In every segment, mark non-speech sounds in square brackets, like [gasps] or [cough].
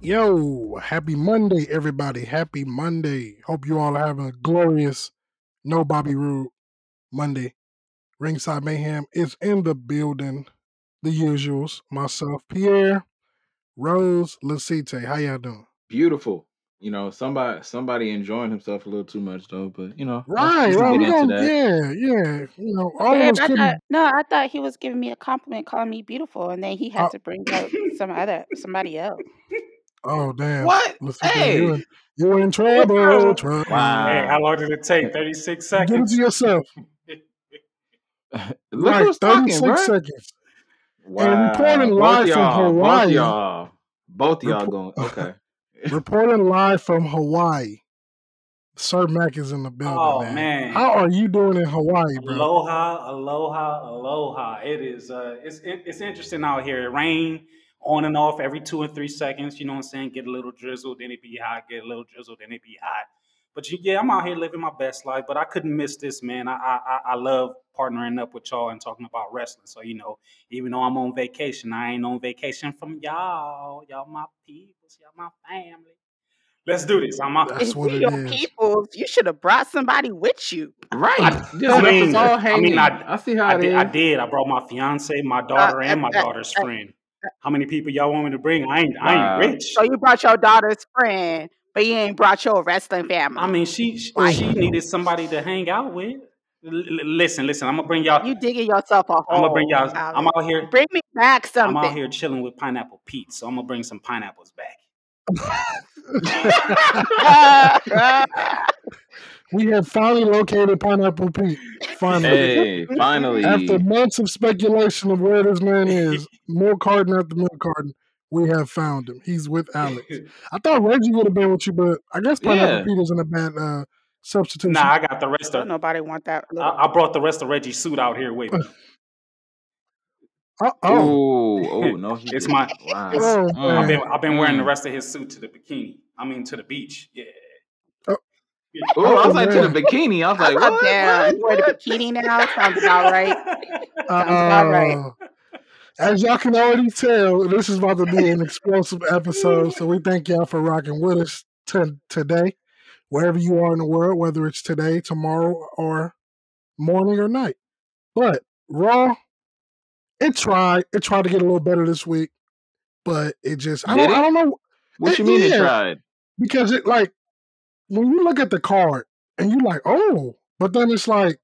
Yo, happy Monday, everybody. Happy Monday. Hope you all are having a glorious, no Bobby Roode Monday. Ringside Mayhem is in the building. The usuals, myself, Pierre, Rose, Lacite. How y'all doing? Beautiful. You know, somebody somebody enjoying himself a little too much though, but you know, that's- Right, we can right. get We into gonna, that. yeah, yeah. You know, all of Babe, us I thought couldn't. no, I thought he was giving me a compliment, calling me beautiful, and then he Uh, had to bring up some other somebody else. oh damn, What? Lacite, Hey, you in, you in What trouble, the? trouble. Hey, wow. how long did it take? 36 Get it to seconds? yourself. Look Right, who's thirty talking, six bro. seconds, and Wow. reporting Both live from y'all, both Hawaii. y'all, both y'all Report. going. [laughs] Okay. reporting live from Hawaii. Sir Mac is in the building, oh, man. man. How are you doing in Hawaii, bro? Aloha, aloha, aloha. It is, uh, it's, it, it's interesting out here. It rain on and off every two and three seconds. You know what I'm saying? Get a little drizzle, then it be hot. Get a little drizzle, then it be hot. But you, yeah, I'm out here living my best life, but I couldn't miss this, man. I, I, I I love partnering up with y'all and talking about wrestling. So, you know, even though I'm on vacation, I ain't on vacation from y'all. Y'all my people, y'all my family. Let's do this. I'm out. That's If what we it your is. peoples, you should have brought somebody with you. Right. I, Just I left us mean, all I mean, hanging. I, I see how I it did, I is. did. I brought my fiance, my Uh, daughter, uh, and my uh, daughter's uh, friend. How many people y'all want me to bring? I ain't, I ain't Wow. rich. so you brought your daughter's friend, but you ain't brought your wrestling I family. mean, she, she Like she needed somebody to hang out with. L- l- listen, listen. I'm gonna bring y'all. you Oh, digging yourself a I'm gonna bring hole, y'all. I'm Alex. out here. Bring me back I'm out something. here chilling with Pineapple Pete. So I'm gonna bring some pineapples [laughs] back. we have finally located Pineapple Pete. Finally. hey, After finally. months of speculation of where this [laughs] man is, milk carton after milk carton, we have found him. He's with [laughs] Alex. I thought Reggie would have been with you, but I guess Pineapple Yeah. Pete isn't a bad uh, nah, substitution. I got the [laughs] rest Don't of. nobody want that little. I, I brought the rest of Reggie's suit out here with me. Uh oh. Oh, oh no, he it's didn't. my. Wow. It's. Oh, I've Mm, been. man. I've been wearing the mm. rest of his suit to the bikini. I mean, to the beach. Yeah. Uh Yeah. Oh, I oh, was like to the man. bikini. I was How like, about what? that? What? You wear the What? bikini now? Sounds about right. Sounds about right. Uh, As y'all can already tell, this is about to be [laughs] an explosive episode. So we thank y'all for rocking with us t- today, wherever you are in the world, whether it's today, tomorrow, or morning or night. But Raw, it tried. It tried to get a little better this week, but it just I Did don't I it? don't know. What It, you mean it yeah, tried? because it like when you look at the card and you like oh, but then it's like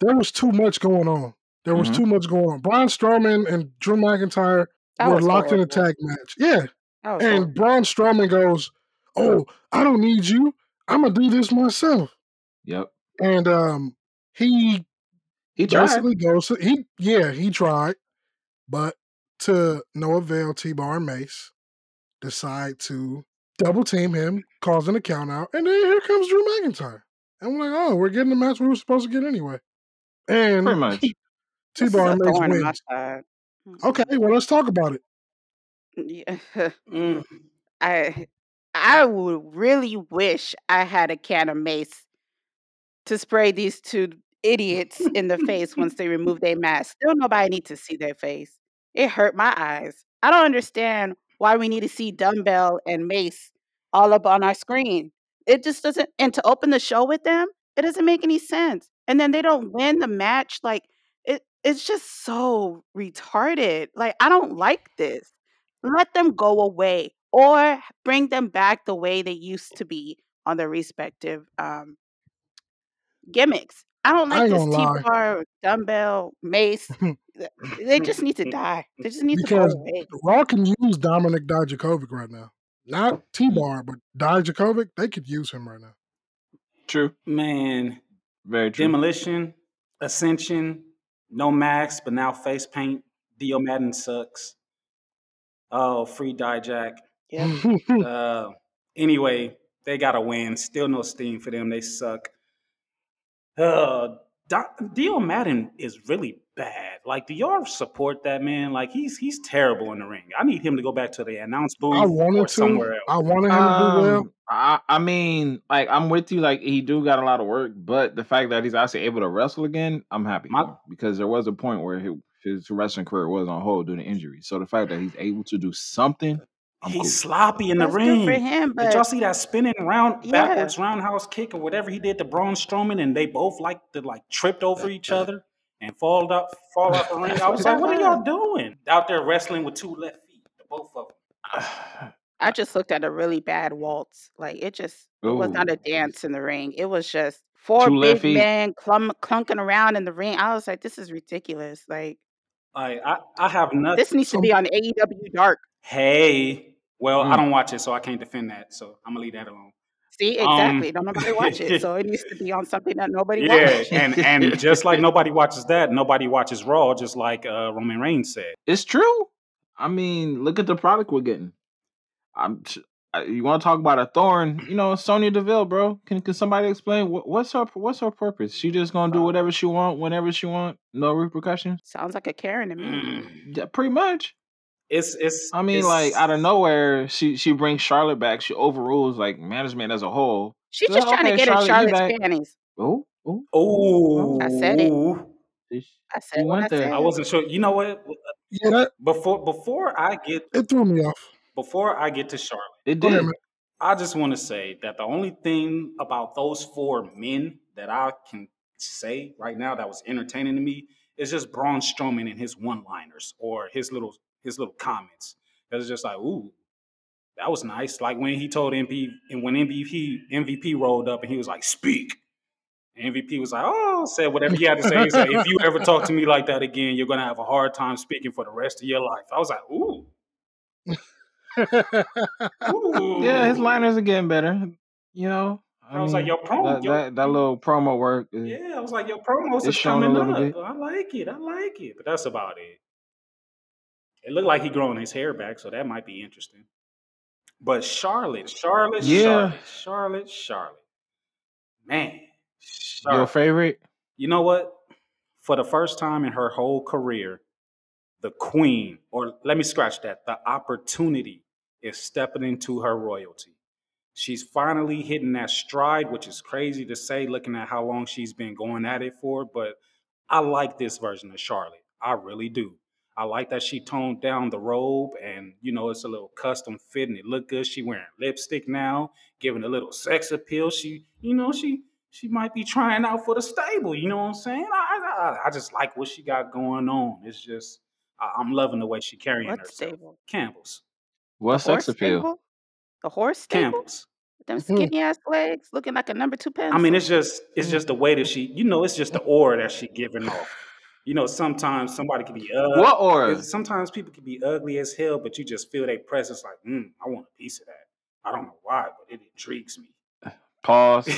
there was too much going on. There was hmm too much going on. Braun Strowman and Drew McIntyre That were was locked in a horrible. tag match. Yeah, That And was horrible. Braun Strowman goes, Oh, I don't need you. I'm going to do this myself. Yep. And um, he He tried. basically goes, to, he Yeah, he tried, but to no avail, T Bar and Mace decide to double team him, causing a count out. And then here comes Drew McIntyre. And I'm like, Oh, we're getting the match we were supposed to get anyway. And [laughs] Pretty much. T This is Bar a and Mace thorn in my wins. side. Okay, Mm-mm. well, let's talk about it. Yeah. [laughs] [laughs] Mm. I I would really wish I had a can of mace to spray these two idiots in the face once they remove their mask. Still nobody need to see their face. It hurt my eyes. I don't understand why we need to see dumbbell and mace all up on our screen. It just doesn't and to open the show with them, it doesn't make any sense. And then they don't win the match. Like it it's just so retarded. Like I don't like this. Let them go away or bring them back the way they used to be on their respective um gimmicks. I don't I like ain't this going T to bar, dumbbell, mace. lie. Th- They just need to die. They just need to go because away. Raw can use Dominic Dijakovic right now. Not T Bar, but Dijakovic, they could use him right now. True. Man, Very true. demolition, ascension, no max, but now face paint. Dio Madden sucks. Oh, free die jack. Yep. Uh, anyway, they got to win. Still no steam for them. They suck. Uh, Do- Dio Madden is really bad. Like, do y'all support that man? Like, he's he's terrible in the ring. I need him to go back to the announce [laughs] I booth or wanted to. somewhere else. I wanted him to do well. Um, I I mean, like I'm with you. Like he do got a lot of work, but the fact that he's actually able to wrestle again, I'm happy My for him because there was a point where he, his wrestling career was on hold due to injury. So the fact that he's able to do something I'm He's cool. sloppy in the That's ring. good for him, Did y'all but see that spinning round Yeah. backwards roundhouse kick or whatever he did to Braun Strowman, and they both like to like tripped [laughs] over each other and fall up, fall off a ring. I was like, have what are [laughs] fun. y'all doing out there wrestling with two left feet, the both of them? I just looked at a really bad waltz. Like it just it was not a Ooh. dance in the ring. It was just four Two left big feet. men clum- clunking around in the ring. I was like, this is ridiculous. Like Like I, I have Uh, nothing. this needs to Some be on AEW Dark. Hey, well, I Mm. don't watch it, so I can't defend that. So I'm gonna leave that alone. See, Um, exactly. [laughs] Don't nobody watch it. So it needs to be on something that nobody yeah, watch. and and just like nobody watches that, nobody watches Raw. Just like uh, Roman Reigns said. it's true. I mean, look at the product we're getting. I'm. I- You want to talk about a thorn? You know, Sonya Deville, bro. Can can somebody explain what, what's her what's her purpose? She just gonna do whatever she want, whenever she want, no repercussions. Sounds like a Karen to me. Yeah, pretty much. Mm. It's it's I mean, like it's out of nowhere, she she brings Charlotte back. She overrules like management as a whole. She's So just trying to okay, get in Charlotte, you Charlotte's back? panties. Oh, oh, oh. I said it. oh, I said You what went I there. I said. wasn't sure. You know what? yeah, that Before before I get it threw me off. before I get to Charlotte, It Go ahead, did. man. I just want to say that the only thing about those four men that I can say right now that was entertaining to me is just Braun Strowman and his one-liners or his little his little comments. It's just like, ooh, that was nice. Like when he told MP and when MVP MVP rolled up and he was like, speak. And MVP was like, oh, said whatever he had to say. He's like, if you ever talk to me like that again, you're gonna have a hard time speaking for the rest of your life. I was like, ooh, Yeah, his ooh. liners are getting better. You know, I I was like, mean your promo, that your that that little promo work is, yeah. I was like, your promos is is shown a coming little up. bit. I like it. I like it. But that's about it. It looked like he growing his hair back, so that might be interesting. But Charlotte, Charlotte, Yeah, Charlotte, Charlotte, Charlotte, man, your Charlotte. favorite. You know what? For the first time in her whole career, the queen, or let me scratch that, the opportunity is stepping into her royalty. She's finally hitting that stride, which is crazy to say, looking at how long she's been going at it for. But I like this version of Charlotte. I really do. I like that she toned down the robe and, you know, it's a little custom fit and it looked good. She wearing lipstick now, giving a little sex appeal. She, you know, she she might be trying out for the stable. You know what I'm saying? I, I, I just like what she got going on. It's just, I, I'm loving the way she carrying What herself. stable? Campbell's. The What sex horse appeal? stable? The horse stable? Campbell's. With them skinny ass legs looking like a number two Mm. I mean, pencil. it's just it's just the Mm-hmm. way that she, you know, it's just the aura that she giving off. You know, sometimes somebody can be uh, What aura? it's, sometimes people can be ugly as hell, but you just feel their presence. Like, mm, I want a piece of that. I don't know why, but it intrigues me. [laughs] Pause.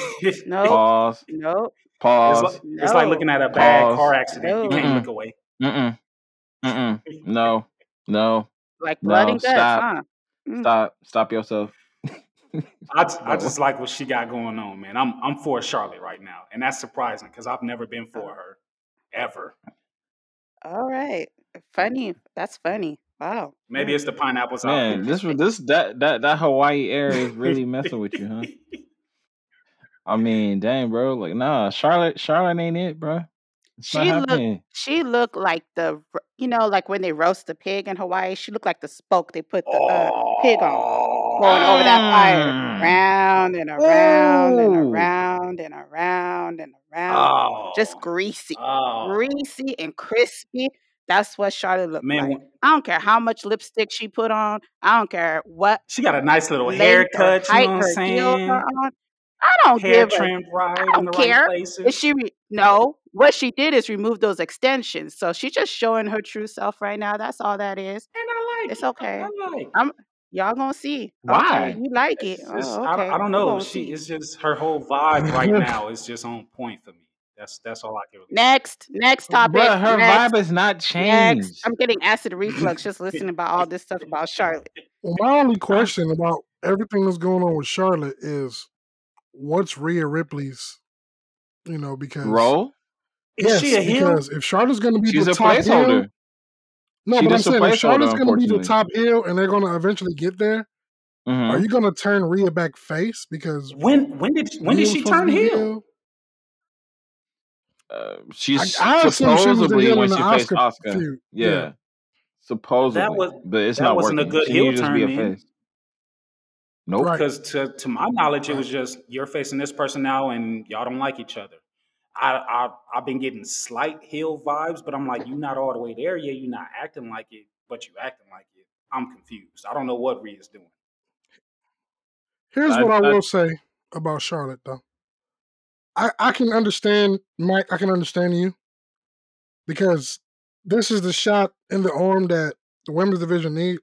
Nope. Pause. Nope. it's like Pause. it's like looking No. at a bad car Pause. accident. You can't No. look Mm away. mm mm mm mm. No no Like blood no. and guts, Stop huh? Mm. stop stop yourself. I, j- I no. just like what she got going on, man. I'm I'm for Charlotte right now, and that's surprising because I've never been for Oh, her ever. all right. Funny. That's funny. Wow. Maybe Mm. it's the pineapples out Man, [laughs] this was this that that that Hawaii air is really messing with you, huh? there. I mean, dang, bro. Like, nah, Charlotte, Charlotte ain't it, bro. It's not She looked. happening. She looked like the. r- You know, like when they roast the pig in Hawaii. She looked like the spoke they put the uh pig on, going over that fire, Oh. Mm. round and around and Ooh. around and around and around, just Oh, greasy, oh, greasy and crispy. That's what Charlotte looked man, like. wh- I don't care how much lipstick she put on. I don't care what she got a nice little length or haircut. You know height what I'm her heels are saying? on. I don't Hair give a. trimmed I right in don't the right care. If places. she re- no, what she did is remove those extensions. So she's just showing her true self right now. That's all that is. And I like It's it. okay. I like it. I'm y'all gonna see. Okay, Why? you like it. It's just Oh, I, don't- I okay. don't We're know. gonna She see. it's just her whole [laughs] vibe right now is just on point for me. That's that's all I can really say. Next, next topic. Bruh, her Next, vibe has not next. changed. I'm getting acid reflux [laughs] just listening about all this stuff about Charlotte. [gasps] Well, my only I'm question about everything that's going on with Charlotte is what's Rhea Ripley's, you know, because Roll. Is she yes, a heel? because if Charlotte's going to be She's the a top heel, placeholder. no, but She I'm just a saying if Charlotte's placeholder, going to be the unfortunately. top heel and they're going to eventually get there, are hmm you going to turn Rhea back face because When when did when did Rhea was she supposed to turn be heel? heel? Uh, I, she's I assume she was the supposedly heel when in the she faced Oscar Oscar. feud. Yeah. Yeah, That supposedly, was but it's that not wasn't a working. good She heel needed to just be turn a then. face. Nope. Right. Because to, to my knowledge, it was just you're facing this person now and y'all don't like each other. I, I I've been getting slight hill vibes, but I'm like, you're not all the way there yet. You're not acting like it, but you acting like it. I'm confused. I don't know what Rhea's doing. Here's I- what I I- will say about Charlotte, though. I, I can understand Mike. I can understand you because this is the shot in the arm that the women's division need.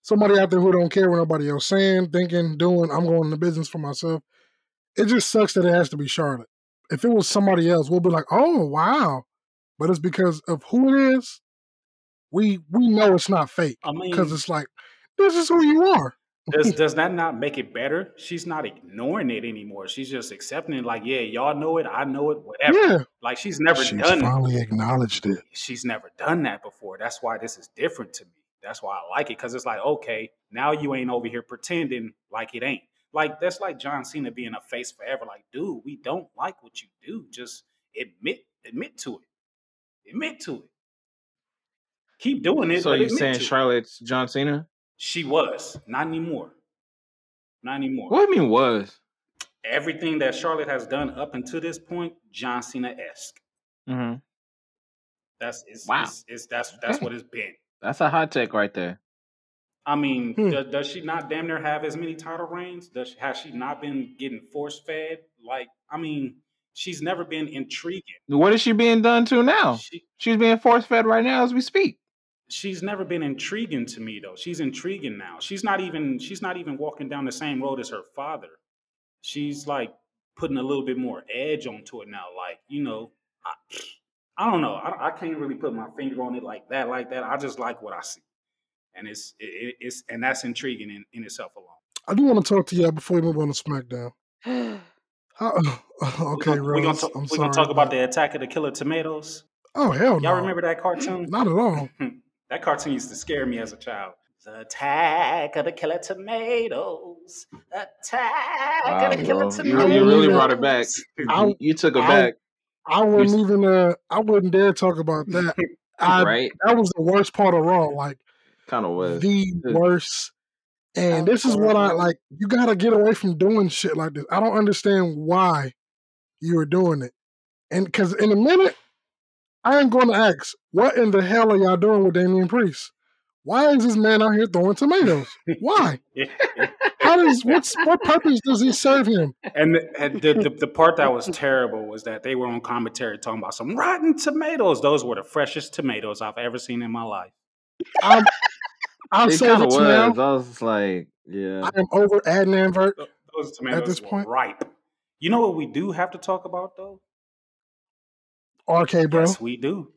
Somebody out there who don't care what nobody else saying, thinking, doing. I'm going into business for myself. It just sucks that it has to be Charlotte. If it was somebody else, we'll be like, oh wow. But it's because of who it is. We we know it's not fake I mean, Mm. because it's like this is who you are. does does that not make it better? She's not ignoring it anymore. She's just accepting it. Like, yeah, y'all know it. I know it. Whatever. Yeah, Like, she's never she's done. finally acknowledged it. She's never done that before. That's why this is different to me. That's why I like it because it's like, okay, now you ain't over here pretending like it ain't. Like that's like John Cena being a face forever. Like, dude, we don't like what you do. Just admit admit to it. Admit to it. Keep doing it, so but you admit saying to it. Charlotte's John Cena? She was not anymore. Not anymore. What do you mean was? everything that Charlotte has done up until this point, John Cena esque. Mm-hmm. That's it's, Wow. it's, it's that's that's Okay. what it's been. That's a hot take right there. I mean, Hmm. does, does she not damn near have as many title reigns? Does she, has she not been getting force fed? Like, I mean, she's never been intriguing. What is she being done to now? She She's being force fed right now as we speak. she's never been intriguing to me though. She's intriguing now. She's not even she's not even walking down the same road as her father. she's like putting a little bit more edge onto it now. Like, you know, I, I don't know. I, I can't really put my finger on it like that, like that. I just like what I see. And it's, it, it- it's, and that's intriguing in, in itself alone. I do want to talk to y'all before we move on to SmackDown. [laughs] How, We're okay, going to we're gonna, Rose, talk I'm we're gonna sorry, talk about but the attack of the killer tomatoes. oh hell no, Y'all remember that cartoon? Hmm. not at [laughs] all. that cartoon used to scare me as a child. The attack of the killer tomatoes. Attack of Wow, the killer bro, I you you wouldn't really even, brought it back. tomatoes. I, You, you took it I, back. I You wouldn't s- even, uh, I wouldn't dare talk about [laughs] that. I right? that was the worst part of Raw, like Kind of was. the Ugh. worst. And that was this is what I horrible. like. You gotta get away from doing shit like this. I don't understand why you were doing it, and because in a minute I am going to ask, what in the hell are y'all doing with Damian Priest? Why is this man out here throwing tomatoes? Why? How does what's what purpose does he serve him? and the, and the, the, the part that was terrible was that they were on commentary talking about some rotten tomatoes. Those were the freshest tomatoes I've ever seen in my life. I'm I'll It say kind of this now. was. I was just like, yeah. I am over Adnan Verk Th- Those at tomatoes this were point. ripe. You know what we do have to talk about though? RK bro. Yes, we do.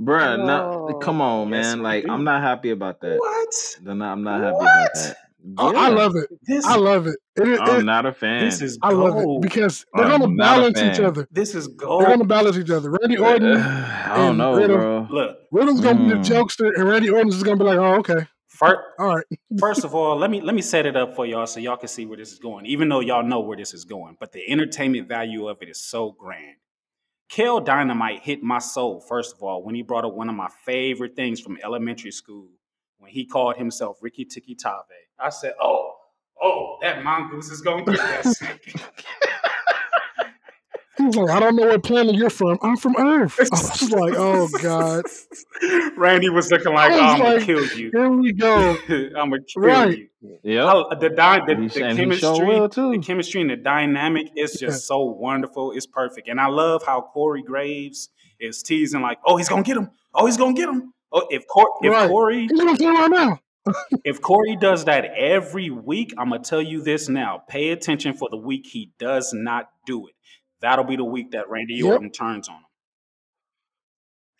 Bruh, not come Yo. on, Yes, man. we Like, I'm do. not happy about that. What? Then I'm not happy about What? that. Oh, I Yeah, Um, love it. I This love it. It, it, I'm it not a this fan. is I love it gold. because they're gonna I'm not a balance each fan. other. This is They're gold. gonna balance each other. Randy Uh, Orton [sighs] I don't and know, Riddle. bro. Look, Riddle's gonna be the Mm. jokester, and Randy Orton's just gonna be like, "Oh, okay, first [laughs] all right." First of all, let me let me set it up for y'all so y'all can see where this is going. Even though y'all know where this is going, but the entertainment value of it is so grand. Kel Dynamite hit my soul first of all when he brought up one of my favorite things from elementary school when he called himself Ricky Tiki Tave. I said, "Oh, oh, that mongoose is gonna get us." He's like, I don't know what planet you're from. I'm from Earth. [laughs] [laughs] I was [laughs] like, oh God. Randy was looking I like, was "I'm gonna like, kill you. here we go. [laughs] I'm gonna kill Right. you." Yep. I, Oh, the, dy- the He sh- the and he sure chemistry, will the too. chemistry and the dynamic is Yeah. just so wonderful. It's perfect, and I love how Corey Graves is teasing like, "Oh, he's gonna get him! Oh, he's gonna get him!" Oh, if Cor- if Right. Corey [laughs] He's gonna play right now. if Corey does that every week, I'm gonna tell you this now. Pay attention for the week he does not do it. That'll be the week that Randy Yep. Orton turns on him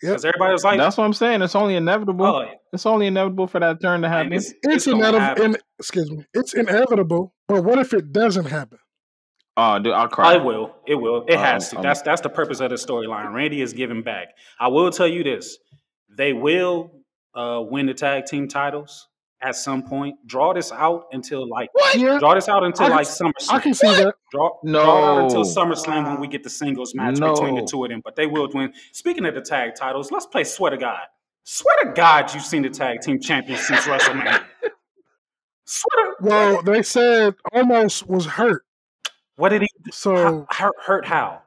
Yep. because everybody was like, That's what I'm saying. It's only inevitable. "Oh, It's only inevitable for that turn to man, happen. it's It's it's gonna inevitable. happen. excuse me. It's inevitable. But what if it doesn't happen? Oh, dude, I'll Oh, it cry. will. It will. It Um, has to. um, That's that's the purpose of the storyline. Randy is giving back. I will tell you this: they will uh, win the tag team titles at some point. Draw this out until like what? Yeah. draw this out until I can. like I SummerSlam. can see What? that. Draw draw it out until No, SummerSlam when we Wow. get the singles match between the no. two of them. But they will win. Speaking of the tag titles, let's play [laughs] Swear to God. Swear to God, you've seen the tag team champions since WrestleMania. Sweater. Well, they said almost was hurt. What did he So hurt, hurt how?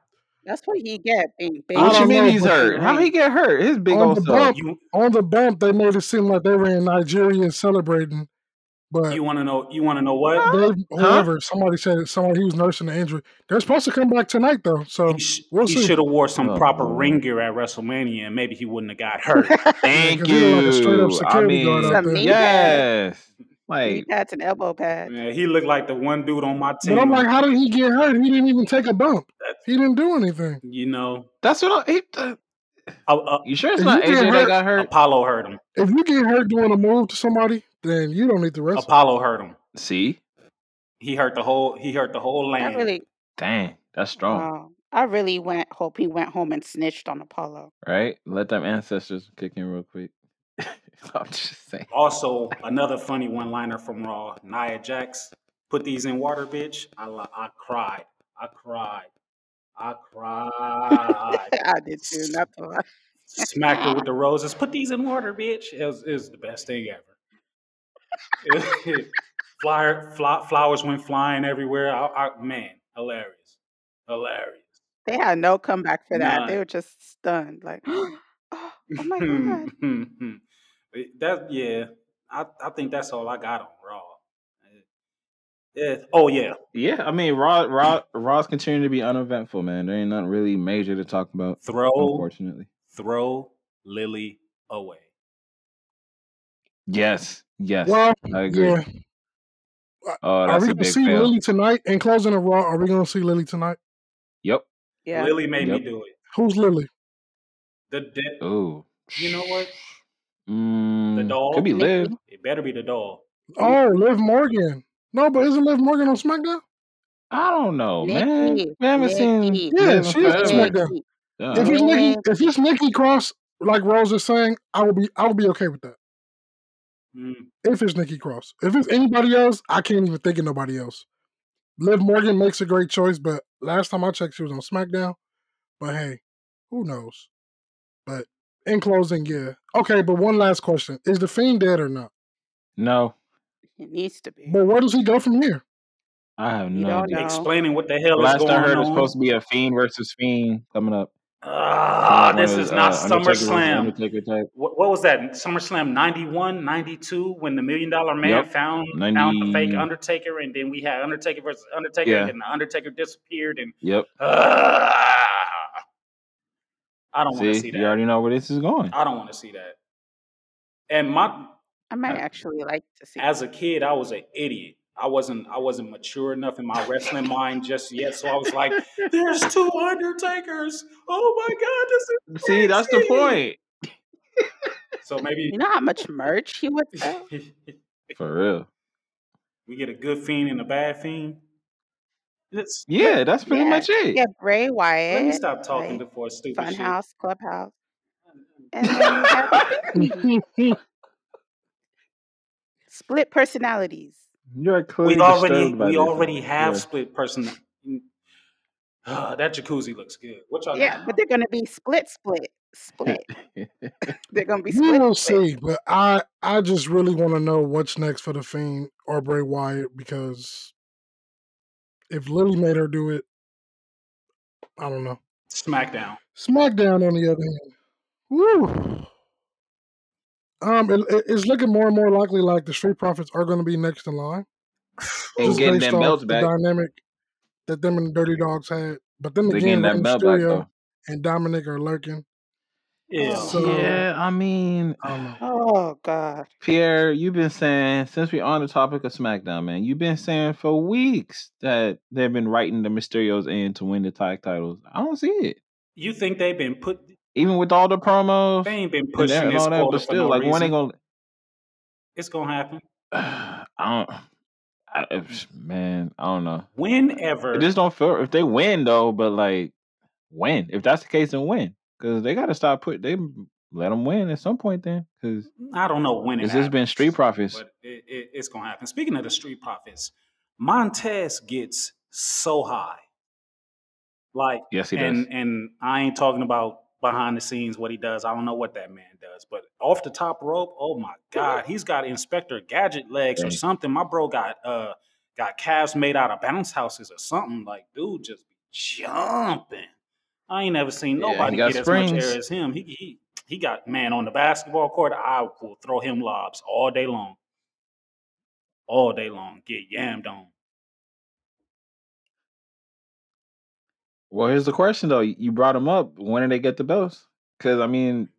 That's what he get being big. I What you don't mean know, he's but hurt? How he get hurt? His big on old the [laughs] self. bump, You on the bump, they made it seem like they were in Nigeria celebrating, but you want to know you want to know what? they, Huh? whoever, somebody said it, somebody he was nursing an injury. They're supposed to come back tonight though, He so sh- we'll he see. should have wore some Oh proper my ring lord. gear at WrestleMania and maybe he wouldn't have got [laughs] hurt. Yeah, Thank because he looked like a straight up you. I security guard out mean, Some there. knee pads, yes. knee Like, pads, and elbow pads. Yeah, he looked like the one dude on my But I'm team. like, how did he get hurt? He didn't even take a bump. That's- He didn't do anything. you know, that's what I, he, uh, uh, uh, You sure it's If you not get AJ that hurt, got hurt? Apollo hurt him. if you get hurt doing a move to somebody, then you don't need to wrestle. Apollo hurt him. See? He hurt the whole. He hurt the whole I land. really, Dang, that's strong, wow. I really went. Hope he went home and snitched on Apollo. right? Let them ancestors kick in real quick. [laughs] I'm just saying. Also, another funny one-liner from Raw. Nia Jax put these in water, bitch. I li- I cried. I cried. I cried. [laughs] I did too. S- Not to lie. Smacked her [laughs] with the roses. Put these in water, bitch. It was, it was the best thing ever. [laughs] Flyer, fly, flowers went flying everywhere. I, I, man, hilarious, hilarious. They had no comeback for that. They None. were just stunned, like, [gasps] oh my god. [laughs] It- that yeah, I, I think that's all I got on Raw. Eh, oh yeah, Yeah, I mean, Raw, Raw, Raw's continuing to be uneventful, man. There ain't nothing really major to talk about, throw unfortunately. throw Lily away. Yes, yes, Well, I agree. yeah. Uh, Oh, Are that's we a gonna big see fail. Lily tonight? In closing the raw, are we gonna see Lily tonight? Yep, Yeah. Lily made me yep. do it. Who's Lily? The de- Oh, you know what? The mm, could be doll. Liv. Nikki. It better be the doll. N- Oh, Liv Morgan. No, but isn't Liv Morgan on SmackDown? I don't know, Oh, man. Nikki. We haven't seen Nikki. Yeah, Liv in she is on forever. SmackDown. Nikki. If Yeah. it's Nikki, if Nikki. it's Nikki Cross, like Rose is saying, I will be, I will be okay with that. Mm. If it's Nikki Cross, if it's anybody else, I can't even think of nobody else. Liv Morgan makes a great choice, but last time I checked, she was on SmackDown. But hey, who knows? But in closing, yeah. Okay, but one last question: Is the Fiend dead or not? No, It needs to be. But where does he go from here? I have You no don't idea. know. Explaining what the hell is Last I going heard, it's supposed on. to be a Fiend versus Fiend coming up. Kind of Ah, like one of this those is not uh, Undertaker versus SummerSlam. Undertaker type. What, what was that? SummerSlam 91, 92, when the Million Dollar Man Yep. found found the fake 90. Undertaker, and then we had Undertaker versus Undertaker, and Yeah. then the Undertaker disappeared, and Yep. ah, I don't want to See, see you that. already know where this is going. I don't want to see that. And my I might Uh, actually like to see as a kid, I was an idiot. I wasn't I wasn't mature enough in my wrestling mind just yet, so I was like, "There's two Undertakers! Oh my God, this is See, that's the crazy!" point. So maybe [laughs] You know how much merch he would sell? For real. we get a good fiend and a bad fiend. Let's let, Yeah, that's pretty Yeah. much it. Yeah, Bray let me Wyatt, stop talking like before stupid shit. Funhouse, Clubhouse. And then you have the [laughs] [laughs] fiend. Split personalities. You're we clearly already disturbed by we this. uh, already have Yeah. split person. [sighs] Ah, that jacuzzi looks good. What y'all Yeah, got? but they're gonna be split, split, split. [laughs] They're gonna be we split, will split. see, but I I just really want to know what's next for the Fiend or Bray Wyatt because if Lily made her do it, I don't know. Oh. SmackDown. SmackDown on the other hand, woo. Um, it, it- it's looking more and more likely like the Street Profits are going to be next in line, and just getting based them off belts the back. dynamic that them and the Dirty Dogs had. But then They're getting again, Rey that belt back, Mysterio though. and Dominic are lurking, Ew. Oh so god. Yeah, I mean, I don't know. Oh god. Pierre, you've been saying since we're on the topic of SmackDown, man, you've been saying for weeks that they've been writing the Mysterios in to win the tag titles. I don't see it, You think they've been put? even with all the They promos ain't been and pushing there- and this all that. But quota for still, no like when they reason. gonna? It's gonna happen [sighs] I don't. I, it's- man, I don't know. It whenever. just don't feel if they win though. But like when, if that's the case, then win because they got to stop put. They let them win at some point then because I don't know when it it's just been street happens, profits. but it, it, it's gonna happen. Speaking of the street profits, Montez gets so high. like Yes, he does. and and i ain't talking about behind the scenes what he does. I don't know what that man does, but off the top rope, oh my god, he's got Inspector Gadget legs or Right. something. My bro got uh got calves made out of bounce houses or something. Like dude, just be jumping. I ain't never seen Yeah, he nobody got get as much air springs. as him. He he he got man on the basketball court. I will throw him lobs all day long, all day long. Get yammed on. Well, here's the question though. You brought them up. When do they get the belts? Because I mean,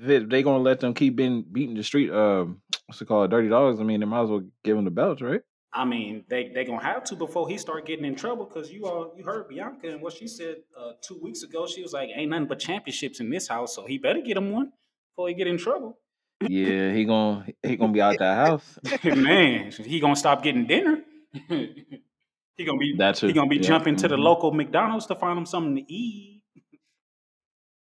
they they gonna let them keep being beating the street. Um, what's it called? Dirty dogs. I mean, they might as well give them the belts, [laughs] right? I mean, they they gonna have to before he start getting in trouble because you all you heard Bianca and what she said uh, two weeks ago. She was like, "Ain't nothing but championships in this house, so he better get him one before he get in trouble." [laughs] Yeah, he gonna he gonna be out that house. Man, he gonna stop getting dinner. [laughs] he gonna be That he too. gonna be Yep. jumping to the hmm local McDonald's to find him something to eat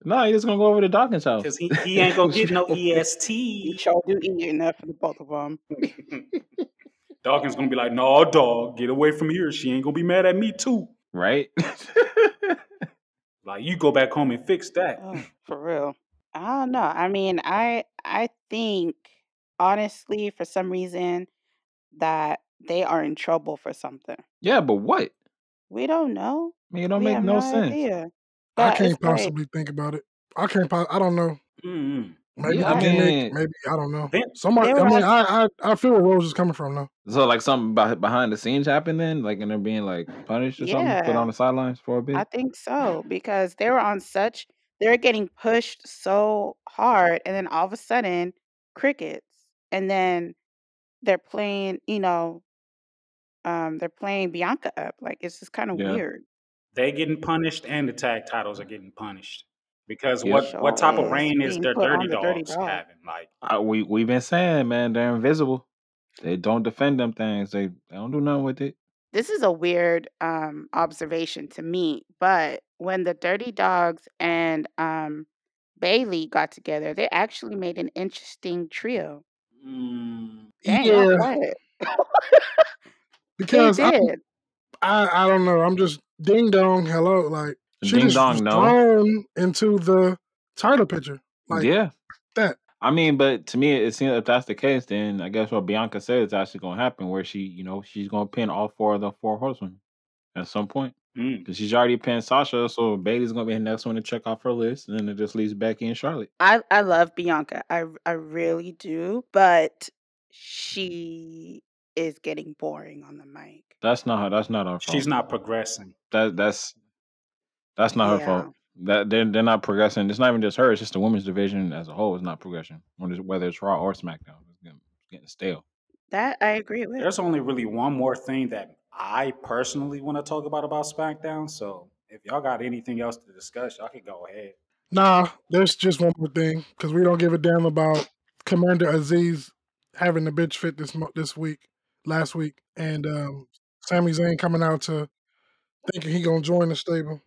No, he just gonna go over to Dawkins' house. because he he ain't gonna get no E You EST. sure do eat enough for the both of them. Dawkins gonna be like, "No, dog, get away from here. She ain't gonna be mad at me too. [laughs] right? Like you go back home and fix that." Oh, for real. I don't know. I mean, I I think honestly, for some reason, that they are in trouble for something. yeah, but what? I We don't know. mean, it don't We make have no no sense. idea. I That can't it's like possibly think about it. I can't. Po- I don't know. Mm-mm. Maybe Yeah, I the I gimmick. mean, Maybe I don't know. Then Somebody. they I were mean, like, I I, I feel where Rose is coming from though. so like something beh- behind the scenes happening, like and they're being like punished or something, put on yeah, the sidelines for a I bit. think so because they were on such they were getting pushed so hard, and then all of a sudden, crickets, and then they're playing. You know, um, they're playing Bianca up. Like it's just kind of Yeah. weird. they getting punished and the tag titles are getting punished because Yep. what what Show type of is reign is being their put on dirty the dirty dogs dog. having like I, we we've been saying, man, they're invisible. They don't defend them things. They, they don't do nothing with it. This is a weird um, observation to me, but when the Dirty Dogs and um, Bailey got together, they actually made an interesting trio. mm, Dang, y'all Yeah, quiet. They because I did. I, I don't know. I'm just ding dong. Hello, like she Ding just was dong, no. thrown into the title picture like Yeah. that. I mean, but to me, it seems if that's the case, then I guess what Bianca said is actually going to happen, where she, you know, she's going to pin all four of the four horsemen at some point. mm. Because she's already pinned Sasha, so Bailey's going to be the next one to check off her list, and then it just leaves Becky and Charlotte. I I love Bianca. I r- I really do, but she is getting boring on the mic. That's not her. That's not her she's fault. not progressing That that's that's not her Yeah. fault. That they're they're not progressing. It's not even just her. It's just the women's division as a whole is not progressing. Whether it's whether it's Raw or SmackDown, it's getting, it's getting stale. That I agree with. there's only really one more thing that i personally want to talk about about smackdown so if y'all got anything else to discuss y'all can go ahead Nah, there's just one more thing because we don't give a damn about Commander Aziz having the bitch fit this mo- this week, last week, and um, Sami Zayn coming out to thinking he gonna join the stable.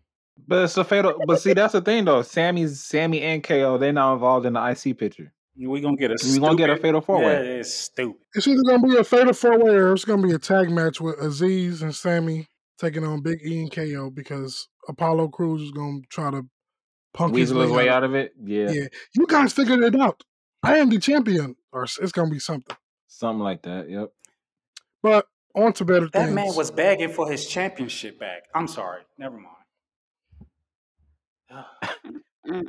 But it's a fatal. But see, that's the thing though. Sammy's Sammy and KO they're now involved in the IC picture. we gonna get a We gonna get a stupid fatal four yeah way. it's stupid It's either gonna be a fatal four way or it's gonna be a tag match with Aziz and Sammy taking on Big E and KO because Apollo Cruz is gonna try to punk his Weasel his way out way of. out of it. Yeah, Yeah, you guys figured it out. I am the champion, or s- it's gonna be something. something like that. Yep. But on to better that man things. was begging for his championship back i'm sorry never mind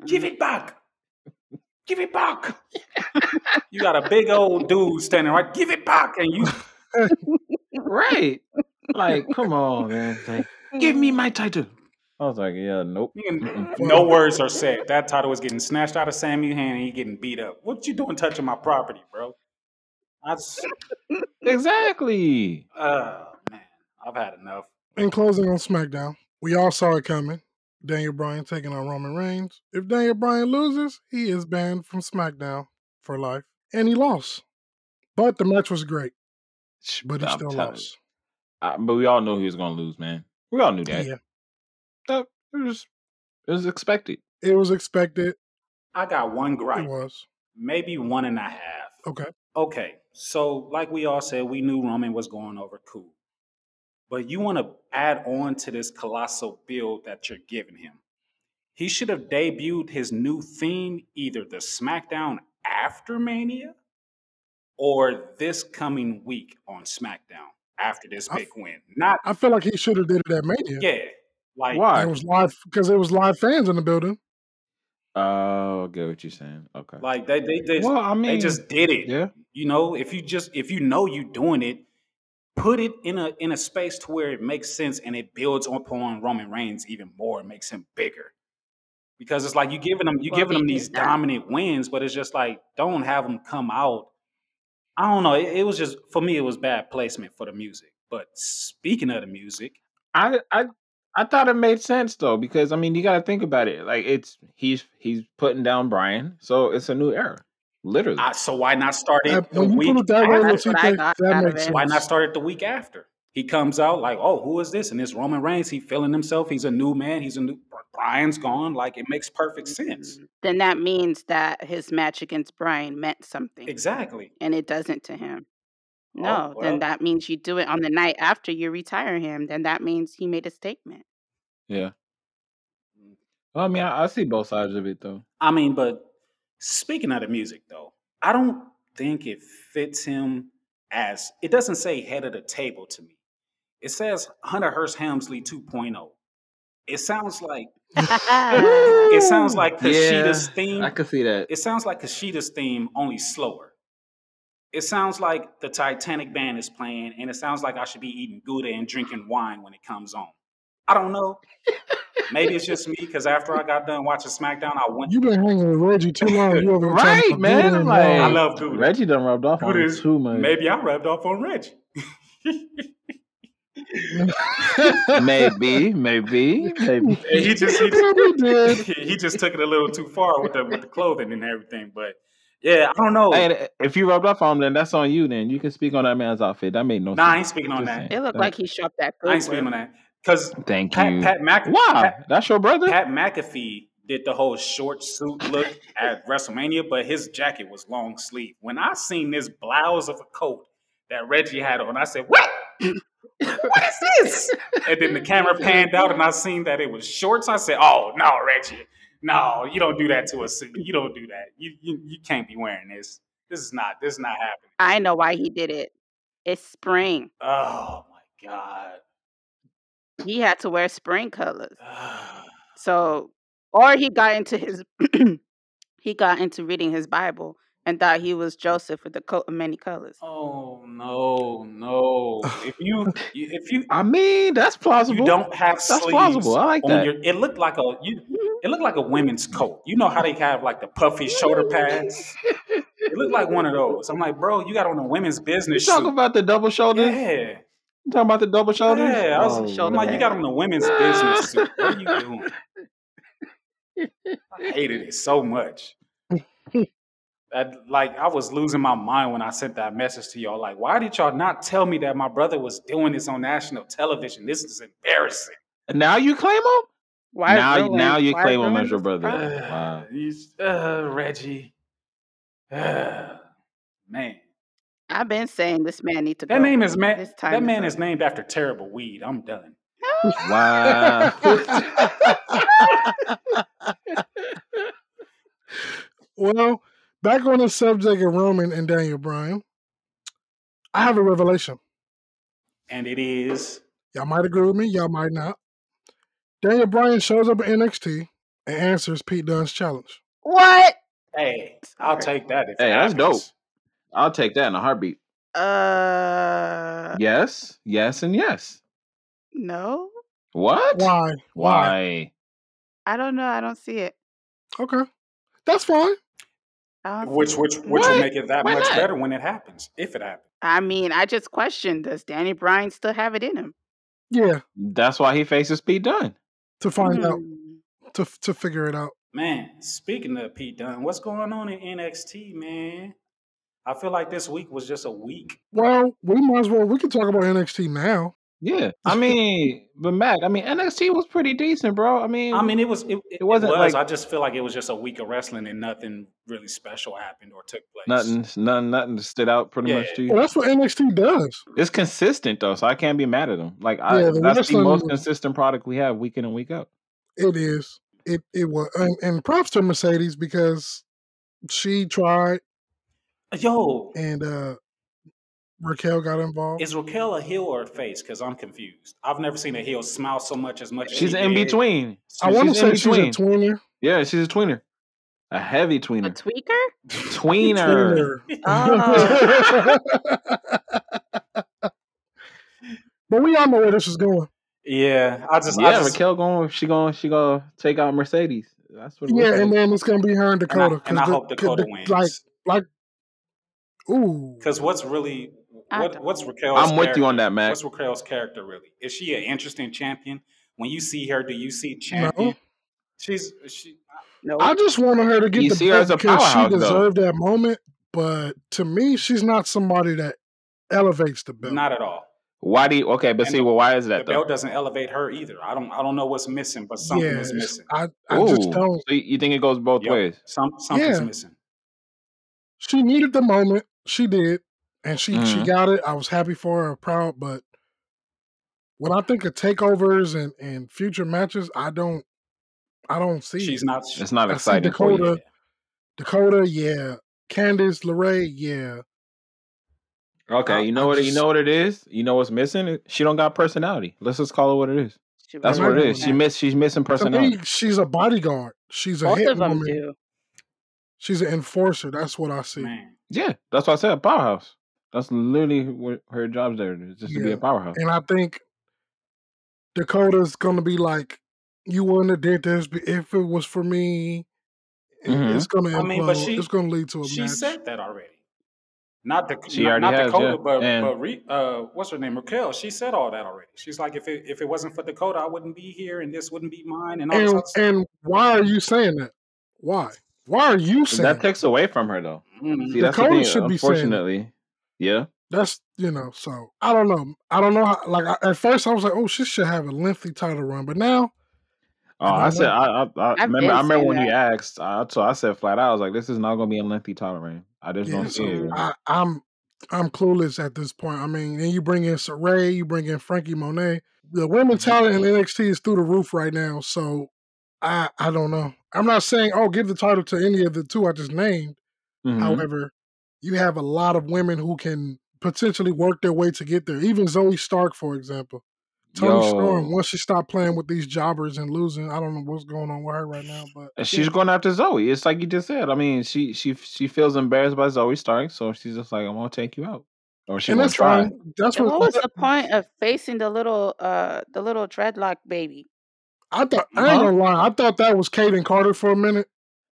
give Mm-mm. it back give it back you got a big old dude standing right give it back and you Right. [laughs] Like, come on, man. Like, give Mm. me my title. I was like, yeah, nope. Mm-mm. And no well, words are said. That title is getting snatched out of Sammy's hand and he getting beat up. What you doing touching my property, bro? I s- Exactly. uh man, I've had enough. in closing on SmackDown, we all saw it coming. Daniel Bryan taking on Roman Reigns. If Daniel Bryan loses, he is banned from SmackDown for life. And he lost. But the match was great, Sh- but he I'm still telling you. lost. I, but we all knew he was gonna lose, man. We all knew that. Yeah. That it was it was expected. It was expected. I got one It gripe, was. maybe one and a half. Okay. Okay, so like we all said, we knew Roman was going over cool. But you want to add on to this colossal build that you're giving him. He should have debuted his new theme either the SmackDown after Mania or this coming week on SmackDown after this I- big win. Not I feel like he should have did it at Mania. yeah, like It Why? was live because it was live fans in the building. Oh, I get what you're saying. Okay. like they they just, Well, I mean, they just did it. yeah. You know, if you just if you know you doing it, put it in a in a space to where it makes sense and it builds upon Roman Reigns even more. It makes him bigger because it's like you giving them you Well, giving they them did these that. dominant wins, but it's just like don't have them come out. I don't know. It, it was just for me, it was bad placement for the music. But speaking of the music, I I I thought it made sense though because I mean you got to think about it. Like it's he's he's putting down Brian, so it's a new era, literally. I, so why not start Uh, it the when you put week it that way, after? That's what I Lucite, got that out of makes it. Why not sense. start it the week after? He comes out like, oh, who is this? And it's Roman Reigns. He feeling himself. He's a new man. He's a new. Brian's gone. Like it makes perfect sense. Mm, Then that means that his match against Brian meant something, Exactly. and it doesn't to him. Oh No, then well. that means you do it on the night after you retire him. Then that means he made a statement. [laughs] [laughs] Yeah. Well, I mean, I, I see both sides of it though. I mean, but speaking of the music though, I don't think it fits him as it doesn't say head of the table to me. It says Hunter Hearst Helmsley 2.0. It sounds like it sounds Woo! like Kushida's Yeah, theme. I could see that. It sounds like Kushida's theme, only slower. It sounds like the Titanic band is playing, and it sounds like I should be eating Gouda and drinking wine when it comes on. I don't know. Maybe it's just me because after I got done watching SmackDown, I went. You've been hanging with Reggie too long. You over here talking Right, about Gouda man. I'm and wine. I like love Gouda. Reggie done rubbed off on Gouda him is too much. maybe I rubbed off on Reggie. [laughs] Maybe, maybe, [laughs] maybe. And he just you he just probably did. [laughs] he just took it a little too far with the with the clothing and everything. But yeah, I don't know. Hey, if you rubbed off on him, then that's on you. Then you can speak on that man's outfit. That made no Nah, I ain't sense. speaking on Just that. saying. it looked That, like he shopped at I Food ain't speaking World. on that because thank Pat you. Pat Mc Pat Wow, that's your brother. Pat McAfee did the whole short suit look at WrestleMania, but his jacket was long sleeve. When I seen this blouse of a coat that Reggie had on, I said, "What? What is this?" And then the camera panned out, and I seen that it was shorts. I said, "Oh no, Reggie, no, you don't do that to a suit. You don't do that. You you, you can't be wearing this. This is not. This is not happening." I know why he did it. It's spring. Oh my god. [sighs] He had to wear spring colors. So, or he got into his [clears throat] he got into reading his Bible and thought he was Joseph with the coat of many colors. Oh no, no! If you if you I mean, that's you plausible. don't have That's plausible. sleeves I like on that. Mm-hmm. your it looked like a you it looked like a women's coat you know how they have like the puffy shoulder pads it looked like one of those i'm like bro you got on a women's You business talking suit about the double shoulders? yeah You talking about the double shoulders? yeah i was Oh, i'm Shoulder like you Lord. got pads. on a women's business suit what are you doing i hated it so much that like i was losing my mind when i sent that message to y'all like why did y'all not tell me that my brother was doing this on national television this is embarrassing now you claim him? Why Now, now ruin? you Why claim him as ruin the your brother. surprise? Wow. He's- uh, reggie Ah, man, I've been saying this man need to that go. name is man. His That time is man up. is named after terrible weed. I'm done. Wow. well, back on the subject of Roman and Daniel Bryan, I have a revelation. And it is Y'all might agree with me, y'all might not. Daniel Bryan shows up at NXT and answers Pete Dunne's challenge. [laughs] What? hey. I'll Sorry. take that if it hey, that's dope. happens. [laughs] I'll take that in a heartbeat. Uh, Yes, yes, and yes. no. What? Why? Why? Why? I don't know. I don't see it. Okay. That's fine. I don't see Which it. which which will What? make it that Why much not? better when it happens. If it happens. I mean, I just questioned does Danny Bryan still have it in him? Yeah, That's why he faces Pete Dunne. to find out, Hmm. to f- to figure it out. Man, speaking of Pete Dunne, what's going on in NXT, man? I feel like this week was just a week. Well, we might as well. We can talk about NXT now. Yeah, [laughs] I mean, but Mac, I mean, NXT was pretty decent, bro. I I mean, mean, it was it, it, it it wasn't was. like I just feel like it was just a week of wrestling and nothing really special happened or took place. nothing, nothing, nothing stood out pretty Yeah. much to Well, you. that's what NXT does. It's consistent though, so I can't be mad at them. Like, I Yeah, the that's the wrestling most was consistent product we have week in and week out. it is. it it was and, and props to Mercedes because she tried Yo, and uh Raquel got involved. is Raquel a heel or a face? Because I'm confused. I've never seen a heel smile so much as much. as She's she in did. between. I want to she's in say she's a between. tweener. Yeah, she's a tweener, a heavy A tweener, tweaker? tweener. [laughs] Oh. [laughs] but we all know where this is going. Yeah, I just, I Yeah, just, Raquel going. She going. She going to take out Mercedes. That's what. it looks Yeah, and like. then it's gonna be her and and I, Dakota and because I the, hope Dakota the- wins. like ooh Because what's really I what don't. what's Raquel's? I'm with you on character- that, Mac. What's Raquel's character really? Is she an interesting champion? When you see her, do you see champion? no, She's she. I Nope. just wanted her to get You the see her belt as a because she powerhouse, though. deserved that moment. But to me, she's not somebody that elevates the belt. Not at all. Why do you? Okay, but And see, well, why is the that belt though? doesn't elevate her either. I don't I don't know what's missing, but something Yeah, is it's- missing. I I just Ooh, don't. so you you think it goes both Yep. ways? Some something's Yeah, missing. she needed the moment. She did, and she she Mm. got it. I was happy for her, proud. But when I think of takeovers and and future matches, I don't I don't see it. She's not It's not I see exciting for you. yeah. Dakota, Dakota, yeah, Candice LeRae, yeah. Okay, I you I know what? You know just what it is. You know what's missing. She don't got personality. Let's just call it what it is. She was That's there what you it go is. She now. inconsistent. miss. She's missing To me, personality. she's a bodyguard. She's a Both hit of them woman. do. She's an enforcer. That's what I see. Man. Yeah, that's why I said powerhouse. That's literally what her job's there is just to be a Yeah, powerhouse. and I think Dakota's gonna be like, "You wouldn't have did this b- if it was for me." And hmm it's gonna I mean, but implode. It's she gonna lead to a she match. said that already. Not Dak- She not, already not has, yeah. Dakota, but And but re, uh, what's her name? Raquel. She said all that already. She's like, if it, if it wasn't for Dakota, I wouldn't be here, and this wouldn't be mine, and all this And other stuff. and why are you saying that? Why? Why are you that saying that? takes away from her though. Mm. See, that's the Dakota thing. should be saying that. Unfortunately, yeah. That's you know. So I don't know. I don't know. How, like I, at first, I was like, "Oh, she should have a lengthy title run," but now Oh, I I don't said know. I, I, I I've remember. I been remember saying when you that. asked. I so I said flat out. I was like, "This is not going to be a lengthy title reign. I just Yeah, don't see so it." Mm-mm. I, I'm I'm clueless at this point. I mean, and you bring in Saray, you bring in Frankie Monet. The women Mhm. talent in NXT is through the roof right now. So I I don't know. I'm not saying oh give the title to any of the two I just named. Mhm. However, you have a lot of women who can potentially work their way to get there. Even Zoe Stark, for example. Tony Storm, Yo, once she stopped playing with these jobbers and losing, I don't know what's going on with her right now, but and yeah. she's going after Zoe. It's like you just said. I mean, she she she feels embarrassed by Zoe Stark, so she's just like, "I'm going to take you out," or she And going to that's try. fine. That's And what what I was thought. the point of facing the little uh the little dreadlock baby? I thought I ain't Huh? gonna lie. I thought that was Caden Carter for a minute,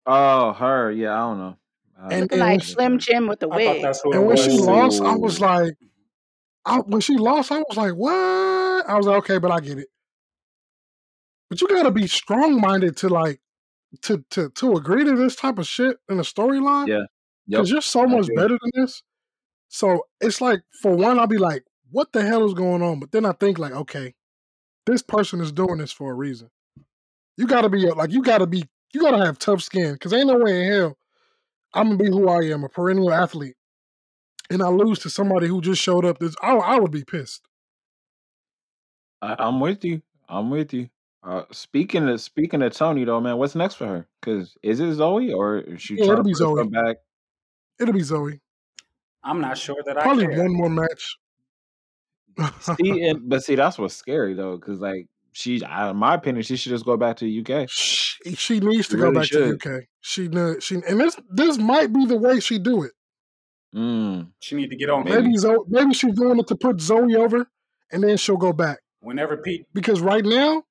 Oh, her. Yeah, I don't know. I, and Looking and when like I she, just Slim heard. Jim with the I thought wig. that's who it and when she was too. lost, I was Oh, like, I, when she lost, I was like, what? I was like, okay, but I get it. But you gotta be strong minded to like to to to agree to this type of shit in a storyline yeah. Yep. because you're so I much agree. better than this. So it's like, for one, I'll be like, what the hell is going on? But then I think like, okay, this person is doing this for a reason. You gotta be uh, like, you gotta be, you gotta have tough skin because ain't no way in hell I'm gonna be who I am, a perennial athlete. and I lose to somebody who just showed up, this I, I would be pissed. I, I'm with you. I'm with you. Uh, speaking of speaking of Tony though, man, what's next for her? Cause is it Zoe or is she Yeah, trying it'll to be put her Zoe. [laughs] foot back? It'll be Zoe. I'm not sure that I Probably care. one more match. [laughs] See, and but see, that's what's scary though, cause like she, I, in my opinion, she should just go back to the UK. she, she needs She to go really back to should. UK. She kn- she and this this might be the way she do it. Mm, She need to get on that. Maybe maybe. Zoe, maybe she's doing it to put Zoe over, and then she'll go back Whenever Pete, because right now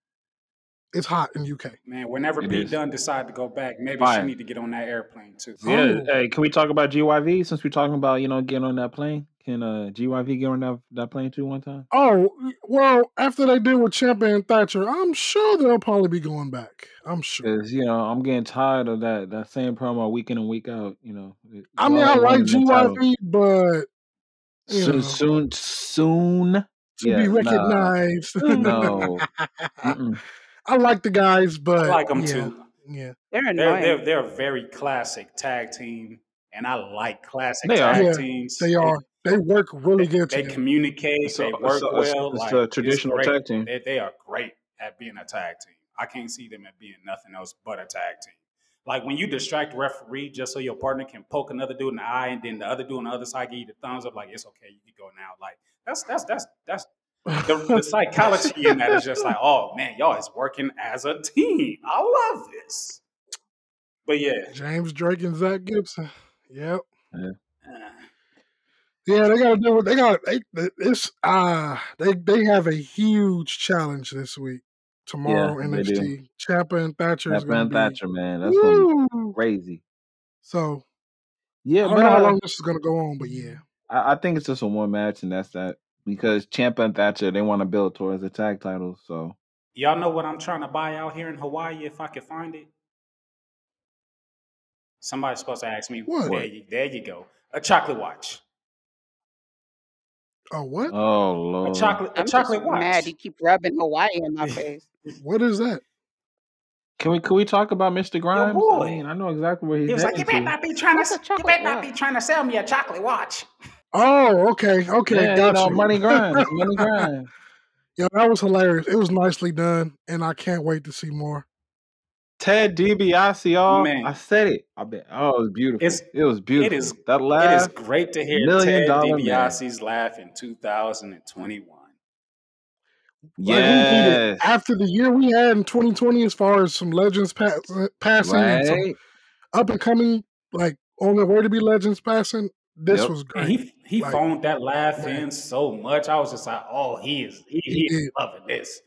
it's hot in UK. man, whenever It Pete is Dunn decide to go back, maybe she fire. need to get on that airplane too. Yeah. Oh, Hey, can we talk about GYV since we're talking about you know getting on that plane? Can uh GYV get on that, that plane too one time? oh well. After they deal with Champa and Thatcher, I'm sure they'll probably be going back. I'm sure. Cause you know I'm getting tired of that that same promo week in and week out. You know, Y- I mean, y'all I ain't like winning no titles. GYV, but you soon, know, [laughs] soon, soon. to be Yeah, nah, recognized. [laughs] no. Mm-mm. I like the guys, I but like them yeah, too. yeah, They're They're annoying. they're they're a very classic tag team, and I like classic They are tag yeah, teams. they They are. They work really they, good they together. communicate, so they work so it's, well. it's Like a it's traditional great. tag team. They they are great at being a tag team. I can't see them as being nothing else but a tag team. Like when you distract referee just so your partner can poke another dude in the eye, and then the other dude on the other side give you the thumbs up, like it's okay, you can go now. Like that's that's that's that's the, [laughs] the psychology in that is just like, oh man, y'all is working as a team. I love this. But yeah, James Drake and Zach Gibson. Yep. uh, Yeah, they got to do. They got they, they- it's uh they they have a huge challenge this week. Tomorrow Yeah, they do. NXT Champa and Thatcher is That going Ben to be Thatcher, man, that's gonna be Woo! crazy. So Yeah, I don't but know how uh, long this is going to go on, but yeah, I, I think it's just a one match, and that's that. Because Champ and Thatcher, they want to build towards the tag titles. So y'all know what I'm trying to buy out here in Hawaii if I could find it. Somebody's supposed to ask me. what? There what? you, there you go. A chocolate watch. Oh, what? Oh A lord, chocolate. A I'm just chocolate mad watch. you keep rubbing Hawaii in my face. What is that? can we can we talk about Mr. Your Grimes? I boy. mean, I know exactly where he's He was like, heading "You better to. not be trying to. What's a s- You chocolate better not watch? be trying to sell me a chocolate watch." Oh, okay, okay, Yeah, you got know, you. [laughs] Money [laughs] Grimes, Money Grimes. yeah, that was hilarious. It was nicely done, and I can't wait to see more. Ted DiBiase, y'all. I Man, said it. I bet. Oh, it was beautiful. it's It was it beautiful. is That it is laugh, great to hear million Ted dollar man. DiBiase's laugh in 2021. Like we needed Yes, after the year we had in 2020, as far as some legends pass, passing and some right. up and coming, like on the way to be legends passing. This Yep. was And great. he he Like phoned that laugh man, in so much. I was just like, "Oh, he is he, he he is did, loving this.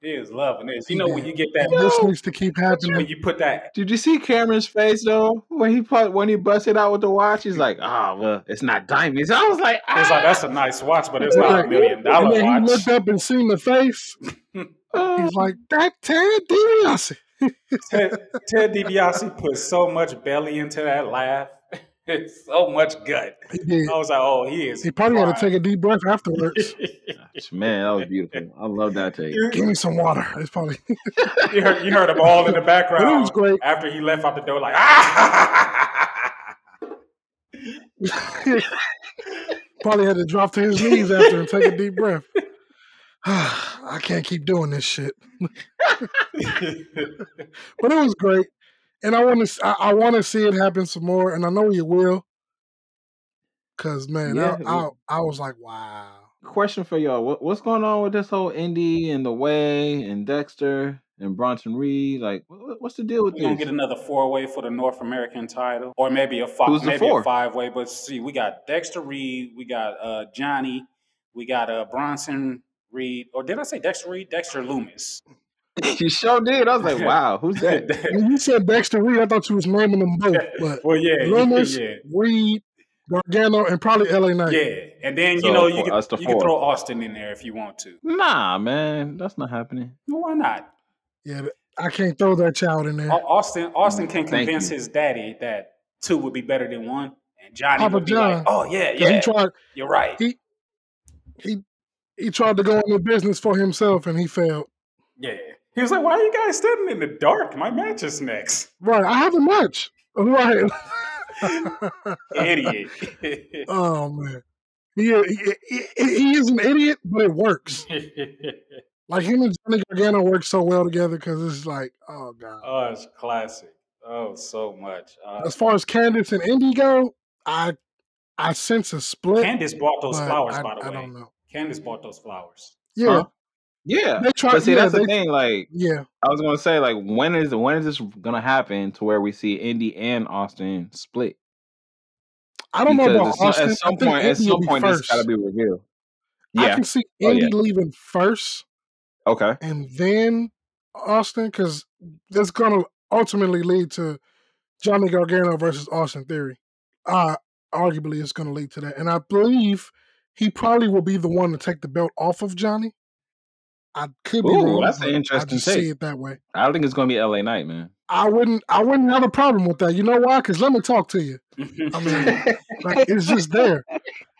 He is loving this." he You know when did, you get that and this Yo, needs to keep did you happening. when you put that Did you see Cameron's face though when he put, when he busted out with the watch? He's like, ah, well, it's not diamonds. I was like, it's like ah, that's a nice watch, but it's It's not a like, million and dollar then he looked watch. up and seen the face. "Ah." [laughs] He's like, that Ted DiBiase. Ted, [laughs] Ted DiBiase put so much belly into that laugh, [laughs] so much gut. He did. I was like, oh, he is He probably had to take prime. a deep breath [laughs] afterwards. Gosh, man, that was beautiful. I love that take. Give you, me some water. It's probably, [laughs] you heard, you heard them all in but the it was background great. after he left out the door, like, [laughs] [laughs] ah! probably had to drop to his knees after and take a deep breath. [sighs] I can't keep doing this shit. But it was great, and I want to I, I want to see it happen some more, and I know you will, cause man, I Yeah. I, w- I was like, wow. Question for y'all: what, What's going on with this whole Indy and the Way and Dexter and Bronson Reed? Like, wh- wh- what's the deal with We're gonna get this? another four way for the North American title, or maybe a five, Who's the maybe a four? five way. But see, we got Dexter Reed, we got uh, Johnny, we got uh, Bronson Reed, or did I say Dexter Reed? Dexter Loomis. [laughs] you sure did. I [laughs] was like, wow, who's that? When [laughs] you said Dexter Reed, I thought you was naming them [laughs] both, but well, yeah, yeah, Loomis, yeah, Reed, Gargano, and probably L.A. Knight. yeah. And then you So know you for could us the you could four. throw Austin in there if you want to. Nah, man, that's not happening. Well, Why not? Yeah, th- I can't throw that child in there. Au- Austin Austin can Thank convince you. his daddy that two would be better than one, and Johnny Papa would be like, John, "Oh yeah, because he yeah, tried you're right." he he he tried to go into business for himself and he failed. Yeah. He was like, why are you guys standing in the dark? My match [laughs] is next. Right, I haven't much. [laughs] [laughs] Right. [laughs] Idiot. oh man, he, he, he, he is an idiot, but it works. Like him and Johnny Gargano work so well together because it's like, oh god. oh, it's classic. Oh, so much. Uh, As far as Candace and Indy go, I I sense a split, Candace bought those but flowers, I by the I way. don't know. Candace bought those flowers. Yeah, Huh? Yeah. they try. But see, Yeah, that's the they thing. Like, yeah. I was gonna say, like, when is when is this gonna happen to where we see Indy and Austin split? I don't know Because about at some Austin. at I some think point, at Indy will some be point, this gotta first. be revealed. I Yeah. can see Oh yeah. Indy leaving first Okay. and then Austin because that's gonna ultimately lead to Johnny Gargano versus Austin Theory. Uh arguably it's gonna lead to that. And I believe he probably will be the one to take the belt off of Johnny. I could be Ooh, wrong, that's an but I interesting just see take. it that way. I don't think it's gonna be L.A. Night, man. I wouldn't I wouldn't have a problem with that. You know why? Cause let me talk to you. I mean, like it's just [laughs] there.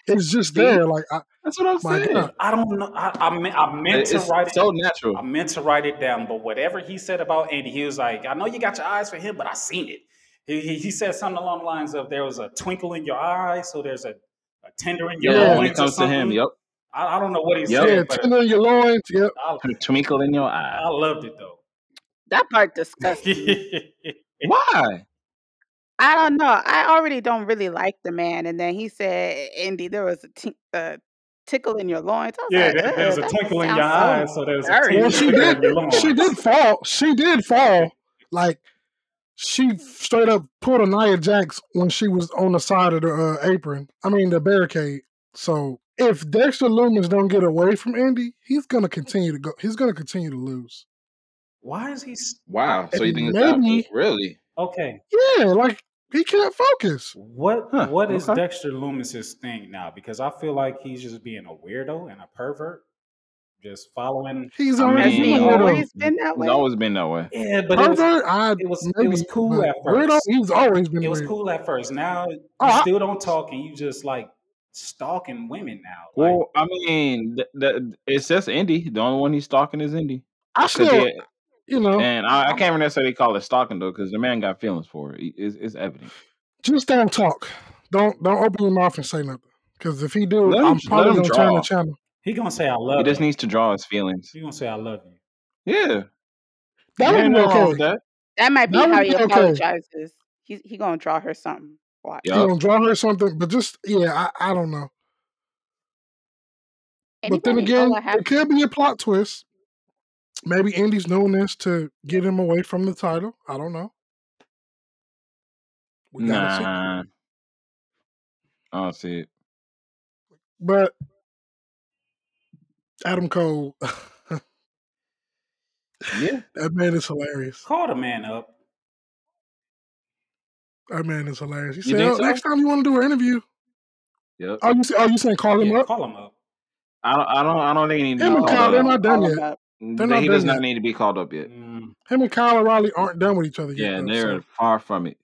It's just see, there. Like I, [laughs] that's what I'm my God. saying. I don't know. I, I, me- I meant It- to It's write it. so I natural. meant to write it down, but whatever he said about Andy, he was like, I know you got your eyes for him, but I seen it. He, he, he said something along the lines of there was a twinkle in your eye, so there's a, a tender in your Yeah, Yeah. when it loins or comes to him, something. yep, I, I don't know what he yep. Yeah, said, but tender in your loins. Yep. I, Uh, Twinkle in your eye. I loved it though. [laughs] That part disgusting. me. Why? I don't know. I already don't really like the man, and then he said, "Andy, there was a t- uh, tickle in your loins." I was yeah, like, there, there "Ugh, was a that twinkle in your sounds so eye, so there was a dirty." Well, tick- she tickle did. in your She did loins. fall. She did fall. Like she straight up pulled a Nia Jax when she was on the side of the uh, apron. I mean the barricade. So if Dexter Loomis don't get away from Indy, he's gonna continue to go. He's gonna continue to lose. Why is he? s- Why? Wow. So you And think it's out? maybe, Really? Okay. yeah, like he can't focus. What Huh. what is Okay. Dexter Loomis's thing now? Because I feel like he's just being a weirdo and a pervert, just following. He's I already [laughs] been Has a mean, he weirdo. always been that he's way? always been that way. Yeah, but it was Pervert, I it was it was maybe, cool but at weirdo, first. he's always It been was weird. cool at first. Now Oh, you I, still don't talk, and you just like stalking women now. Like Well, I mean, th- th- it's just Indy. The only one he's stalking is Indy. I Cause still, he, you know, and I, I I'm, can't even necessarily call it stalking though, because the man got feelings for it. It- It's, it's evident. just don't talk. Don't don't open your mouth and say nothing. Because if he do, Let him, I'm let probably him gonna turn the draw. channel. he gonna say I He love just you. needs to draw his feelings. He gonna say I love you. Yeah, That there would ain't be nothing wrong okay. with that. That might be That how would he be okay. apologizes. He he gonna draw her something. Watch. He Yup. gonna draw her something, but just yeah, I, I don't know. But then Anybody know again, what it happened? could be a plot twist. Maybe Andy's doing this to get him away from the title. I don't know. We gotta see. Nah, I don't see it. But Adam Cole, [laughs] Yeah. that man is hilarious. Call the man up. That man is hilarious. He You said, think "Oh, so? next time you want to do an interview, Yep. oh, you say, oh, you saying call him Yeah, up? call him up. I don't. I don't. I don't think he need to Him be and Oh, called Kyle, up. they're yeah, not done call yet. him up. They're They- not He done does not yet. need to be called up yet. Mm, Him and Kyle O'Reilly aren't done with each other yet, Yeah, though. they're So far from it.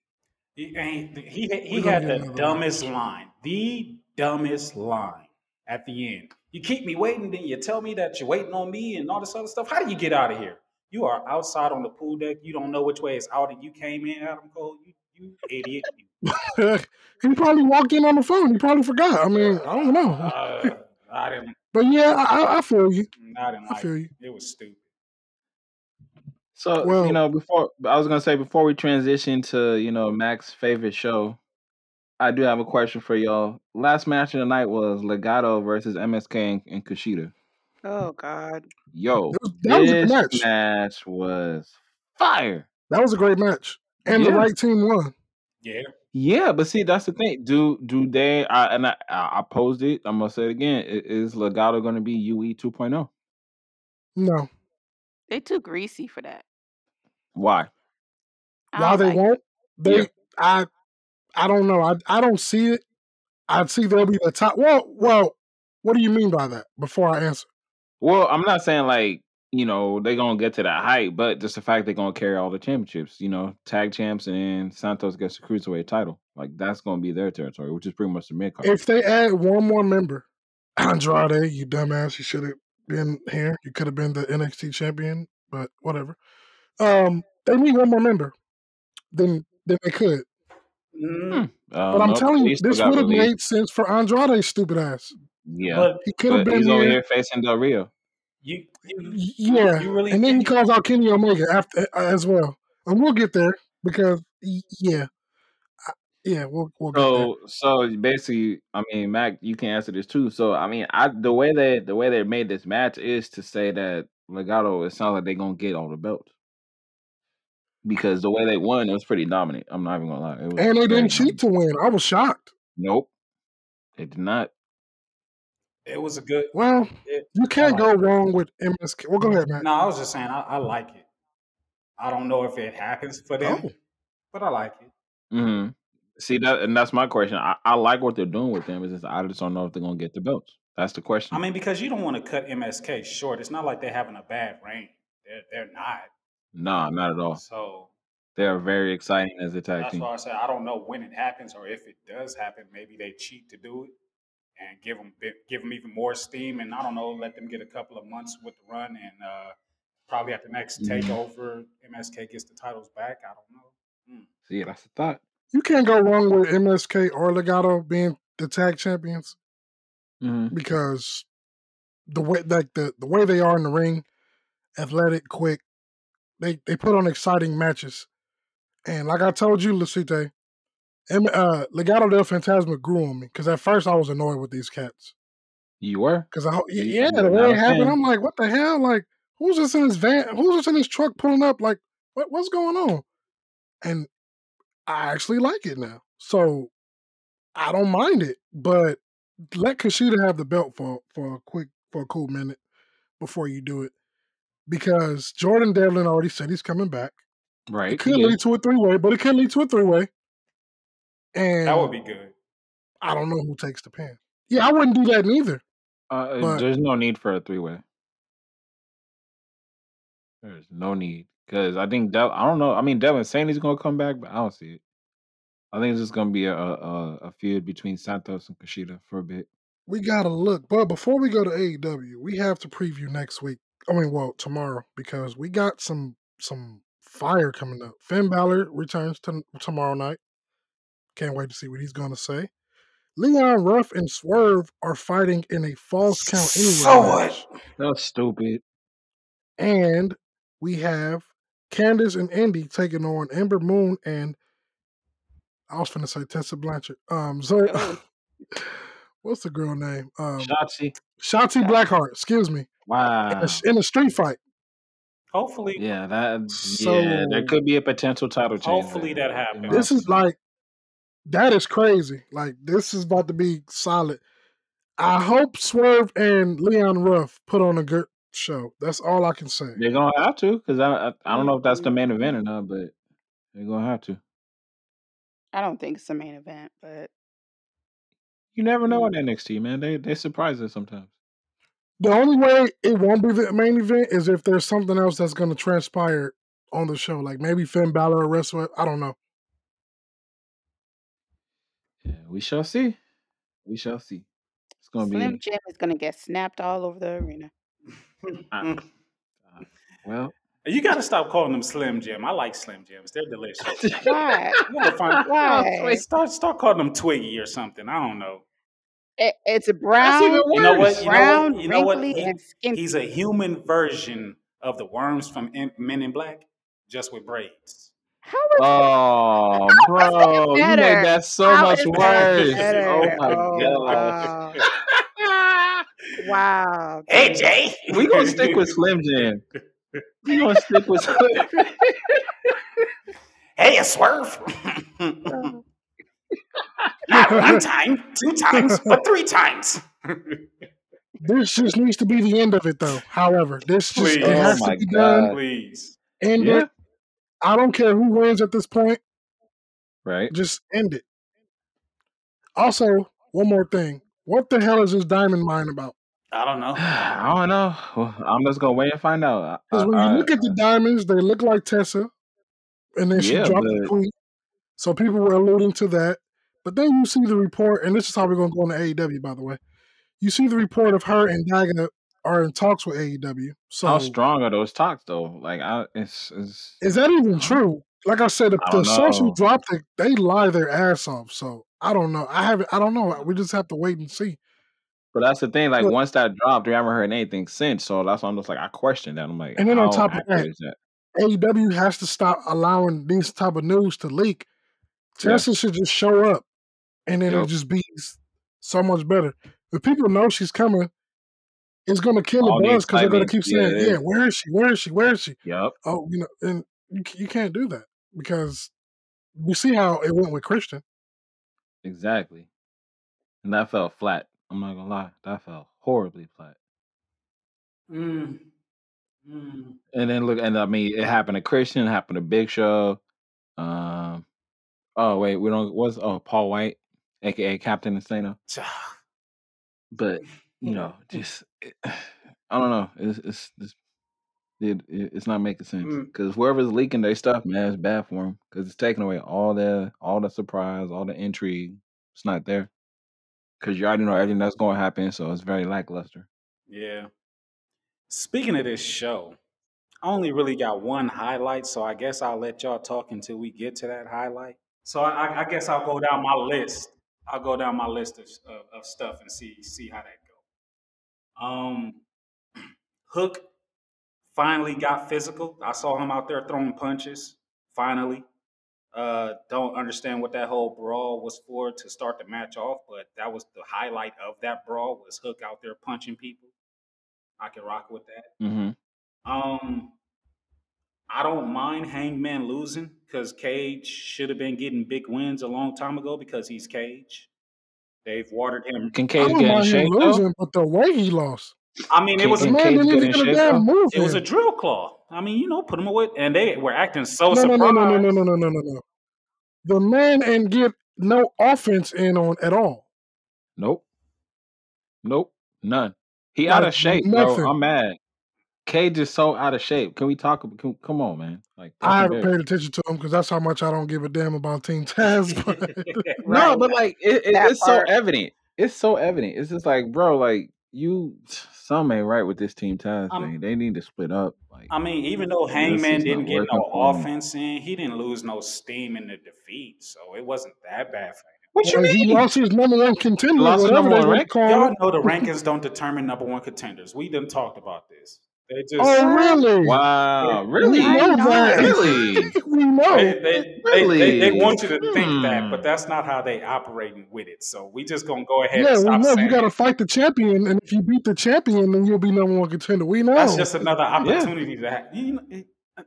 he ain't. He he we're gonna had get the another one. dumbest line. The dumbest line at the end. You keep me waiting, then you tell me that you're waiting on me and all this other stuff. How do you get out of here? You are outside on the pool deck. You don't know which way is out, and you came in, Adam Cole. You you idiot. You he probably walked in on the phone. He probably forgot. I mean, [laughs] I don't know. Uh, I didn't. But yeah, I, I, I feel you. I didn't I like feel you. it. It was stupid. So you Well, know, before I was gonna say before we transition to you know Mac's favorite show, I do have a question for y'all. Last match of the night was Legato versus MSK and, and Kushida. Oh God. Yo, that was, that was a good this match. match was fire. That was a great match, and the Yeah, right team won. Yeah. yeah. But see, that's the thing. Do do they? I, and I, I I posed it. I'm gonna say it again. I- Is Legato gonna be E UE 2.0? No, They too greasy for that. Why? I why don't they like won't? Yeah. They, I, I don't know. I, I don't see it. I see they'll be the top. Well, well, what do you mean by that? Before I answer, Well, I'm not saying like you know they're gonna get to that height, but just the fact they're gonna carry all the championships, you know, tag champs, and Santos gets the cruiserweight title. Like that's gonna be their territory, which is pretty much the mid card. if they add one more member, Andrade, you dumbass, you should have been here. You could have been the NXT champion, but whatever. Um, they need one more member. Then, then they could. Mm, Hmm. Uh, But I'm nope. telling you, He still this got would have released. made sense for Andrade's stupid ass. Yeah, but He could have but been he's over there. here facing Del Rio. you you Y- Yeah, you really and then he think calls out Kenny Omega after uh, as well, and we'll get there because y- yeah, I- yeah, we'll we'll get there. [laughs] So so basically, I mean, Mac, you can answer this too. So I mean, I the way they the way they made this match is to say that Legato. It sounds like they're gonna get all the belts because the way they won, it was pretty dominant. I'm not even gonna lie, it was And they very didn't cheat dominant. to win. I was shocked. Nope, it did not. it was a good? Well, It, you I can't like. go It. wrong with MSK. Well, go ahead, Matt. No, I was just saying I, I like it. I don't know if it happens for them, Oh, but I like it. hmm See that, and that's my question. I, I like what they're doing with them. Is just I just don't know if they're gonna get the belts. That's the I question. mean, because you don't want to cut MSK short. It's not like they're having a bad reign. They're they're not. Nah, not at all. So They are very exciting as a tag that's team. why I said I don't know when it happens or if it does happen. Maybe they cheat to do it and give them give them even more steam. And I don't know, let them get a couple of months with the run and. uh probably at the next Mhm. takeover, MSK gets the titles back. I don't know. Mm. See, that's the thought. you can't go wrong with MSK or Legato being the tag champions hmm because the way like the the way they are in the ring, athletic, quick. They they put on exciting matches, and like I told you, Lucite, em- uh, Legado del Fantasma grew on me because at first I was annoyed with these cats You were. because I ho- You- yeah you the were way not it a happened, fan. I'm like, what the hell? Like who's just in his van? Who's just in his truck pulling up? Like what what's going on? And I actually like it now, so I don't mind it, but let Kushida have the belt for for a quick for a cool minute before you do it. Because Jordan Devlin already said he's coming back. It Right. could he lead is. to a three way, but it could lead to a three way. That would And be good. I don't know who takes the pin. Yeah, I wouldn't do that neither. Uh, But there's no need for a three way. There's no need because I think Del- I don't know. I mean, Devin saying he's gonna come back, but I don't see it. I think it's just gonna be a a, a a feud between Santos and Kushida for a bit. we gotta look. But before we go to AEW, we have to preview next week. I mean, well, tomorrow because we got some some fire coming up. Finn Balor returns to tomorrow night. Can't wait to see what he's gonna say. Leon Ruff and Swerve are fighting in a false count anywhere So what? match. That's stupid. And we have Candace and Indy taking on Ember Moon and I was gonna say Tessa Blanchard. Um Zoe Oh, [laughs] what's the girl name? Um Shotzi. Shotzi Shotzi. Blackheart, excuse me. In a, Wow. in a street fight. Hopefully, [laughs] Yeah, that yeah, there So could be a potential title change hopefully there, that in my happens. this is opinion. like that is crazy. Like this is about to be solid. I hope Swerve and Leon Ruff put on a good show. That's all I can say. They're gonna have to because I, I I don't know if that's Mm-hmm. the main event Mm-mm. or not, but they're gonna have to. I don't think it's the main event, but You never know mm, Mm-hmm. on NXT, man. They they surprise us sometimes. The only way it won't be the main event is if there's something else that's going to transpire on the show. Like maybe Finn Balor or wrestler. I don't know. Yeah, we shall see. We shall see. It's gonna Slim be Jim is gonna get snapped all over the [laughs] arena. uh, uh, well. you got to stop calling them Slim Jim. I like Slim Jims. They're delicious. [laughs] Why? You gotta find oh, Why? sweet. start start calling them Twiggy or something. I don't know. It, it's That's even brown, You know what? worse. You know what? brown, You know what? wrinkly, He and skin. he's a human version of the worms from in, Men in Black, just with braids. How is that? Oh, [laughs] How is that bro, you made better? that so How much is that worse. Oh better? my [laughs] Oh hey gosh. wow, [laughs] wow, dude. Jay. we gonna stick [laughs] with Slim Jim. We gonna stick [laughs] with Slim. hey, a [laughs] swerve. Not one this time, two times, but three times. just needs to be the end of it, though. However, this just it oh has please, to my be done. god. please. End it. Yeah. I don't care who wins at this point. Right. Just end it. Also, one more thing. What the hell is this diamond mine about? I don't know. I don't know. Well, I'm just gonna wait and find out. I, Because when you I, I, look at the diamonds, they look like Tessa, and then she yeah, dropped the but tweet. So people were alluding to that. But then you see the report, and this is how we're going to go into AEW, by the way. You see the report of her and Daga are in talks with AEW. So how strong are those talks though? Like, I it's, it's is that even I don't true? Like I said, the, I the don't source who know. dropped it, they lie their ass off. So I don't know. I haven't. I don't know. We just have to wait and see. But that's the thing. Like But once that dropped, we haven't heard anything since. So that's why I'm just like, I question that. I'm like, and then on how top of that, accurate is that? AEW E has to stop allowing these type of news to leak. Yeah. Tessa should just show up, and it'll Yep. just be s- so much better. If people know she's coming, it's gonna kill the All the buzz because they're gonna excitement. keep Yeah. saying, It "Yeah, is. where is she? Where is she? Where is she?" Yep. Oh, you know, and you, c- you can't do that because we see how it went with Christian. Exactly. And that fell flat. I'm not gonna lie. That fell horribly flat. Mm, mm. And then look, and I mean, it happened to Christian. It happened to Big Show. Um. Oh wait, we don't. What's oh Paul White, aka Captain Insano. But you know, just eh, [sighs] I don't know. It's it's, it's it, it- it's not making sense Mm, because whoever's leaking their stuff, man, it's bad for them because it's taking away all the all the surprise, all the intrigue. It's not there because you already know everything that's going to happen, so it's very lackluster. yeah. Speaking of this show, I only really got one highlight, so I guess I'll let y'all talk until we get to that highlight. So I, I I guess I'll go down my list. I'll go down my list of, of, of stuff and see see how that goes. Um, [clears throat] Hook Finally got physical. I saw him out there throwing punches. Finally. Uh, don't understand what that whole brawl was for to start the match off, but that was the highlight of that brawl was Hook out there punching people. I can rock with that. Mm-hmm. Um, I don't mind Hangman losing because Cage should have been getting big wins a long time ago because he's Cage. They've watered him. Can I Cage don't get in mind him shape though? losing, but the way he lost, I mean, it Can, was the a, can man Cage didn't get even in get a shape damn though? move it was a in. drill claw. I mean, you know, put him away, and they were acting so No, no, no, no, no, no, surprised. no, no, no, no. The man and get no offense in on at all. Nope. Nope. None. He out Like of shape, bro. nothing. I'm mad. Cage is so out of shape. Can we talk? Can, come on, man. Like that's I haven't embarrassing. paid attention to him because that's how much I don't give a damn about Team Taz. [laughs] But No, Right. but like it, it, That it's so part. evident. It's so evident. It's just like, bro, like you, some ain't right with this team ties Um, thing. They need to split up. Like [laughs] I mean, even though this Hangman is not didn't get working no for me. offense in, he didn't lose no steam in the defeat, so it wasn't that bad for him. What you [laughs] like he mean? lost his number one contender, Lost the whatever number they one want to rank? call Y'all it. know the rankings don't determine number one contenders. We done talked about this. They Oh, just [laughs] What? really? Wow, We really, I know that. really, we know. they they, they they they Oh, really. want you to think that, Hmm. but that's not how they operating with it. So we just gonna go ahead and Yeah, we stop know you saying got to it. fight the champion, and if you beat the champion, then you'll be number one contender. We That's know. just another oh, Yeah. opportunity to have. You know, it- uh,